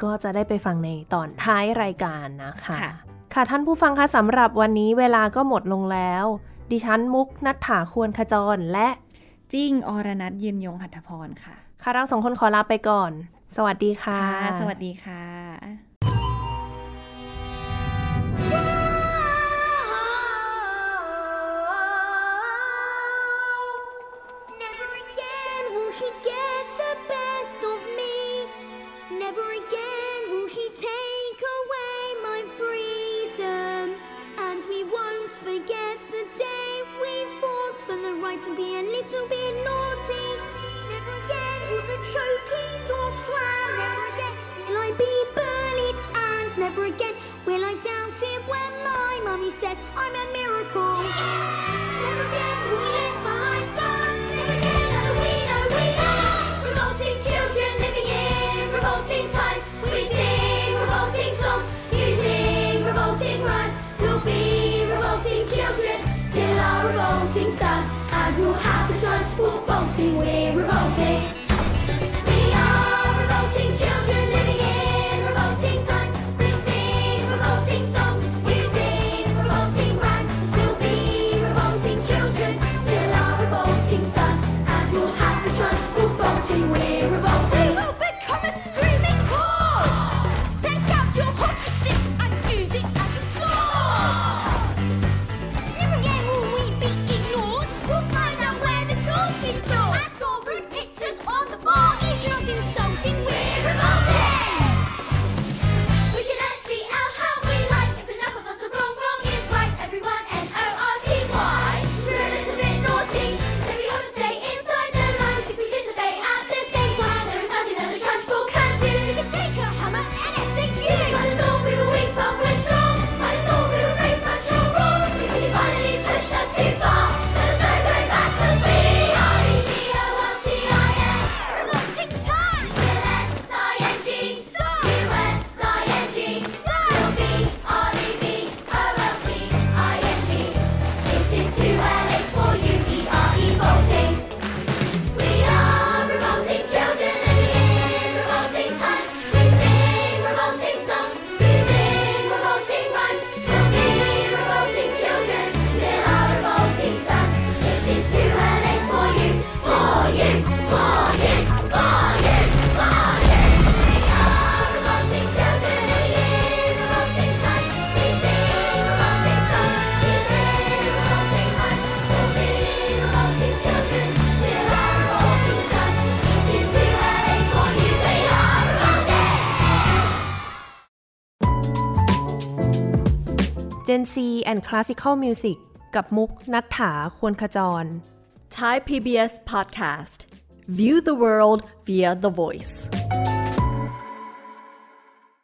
ก็จะได้ไปฟังในตอนท้ายรายการนะคะ
ค่ะ
ค่ะท่านผู้ฟังคะสำหรับวันนี้เวลาก็หมดลงแล้ว ดิฉันมุกนัฐถาควรขจรและ
จิ้งอรนัทยืนยงหัตถพรค่ะ
ค่ะเราสองคนขอลาไปก่อน สวัสดีค่ะ
ค่ะสวัสดีค่ะ
Never again will she get the best of me. Never again will she take away my freedom. And we won't forget the day we fought for the right to be a little bit naughty. Never again will the choking door slam. Never again will I be bullied. And never again will I doubt it when my mummy says I'm a miracle. Never again will we live behind bars. Never again will we know we are revolting children living in revolting times. We sing revolting songs using revolting rhymes. We'll be revolting children till our revolting's done, and we'll have the chance for bolting. We're revolting. We are revolting children living in revolting times. We sing revolting songs, using revolting rhymes. We'll be revolting children till our revolting's done, and we'll have the chance for bolting. We're revolting. We will become a screaming horde. Take out your hockey stick and use it as a sword. Never again will we be ignored. We'll find out where the talk is stored. And all rude pictures on the board is not insulting. We're revolting. We can just be out how we like. If enough of us are wrong, wrong is right. Everyone N O R T Y. We're a little bit naughty, so we ought to stay inside the lines. If we disobey at the same time, there is nothing that the trash ball can do. You can take a hammer and SHU. You might have thought we were weak, but we're strong. Might have thought we were brave, but you're wrong. Because you finally pushed us too far. There's no going back, 'cause we are E-V-O-L-T-I-N. Revolting times. L-S-I-N-G. U-S-I-N-G. We'll be R-E-V-O-L-T-I-N-G. It is too early for you, E we are evolving. We are revolting children living in revolting times. We sing revolting songs, using revolting rhymes. We'll be revolting children till our revolting's done. This is too early for you, for you, for you, for you, for you. We are revolting children living in revolting times. We sing revolting songs, using revolting rhymes. We'll be revolting children till our revolting's done. It is too early for you, we are revolting.
Gen Z and Classical Music กับมุกนัฐถาควรขจร
Thai PBS podcast. View the world via the voice.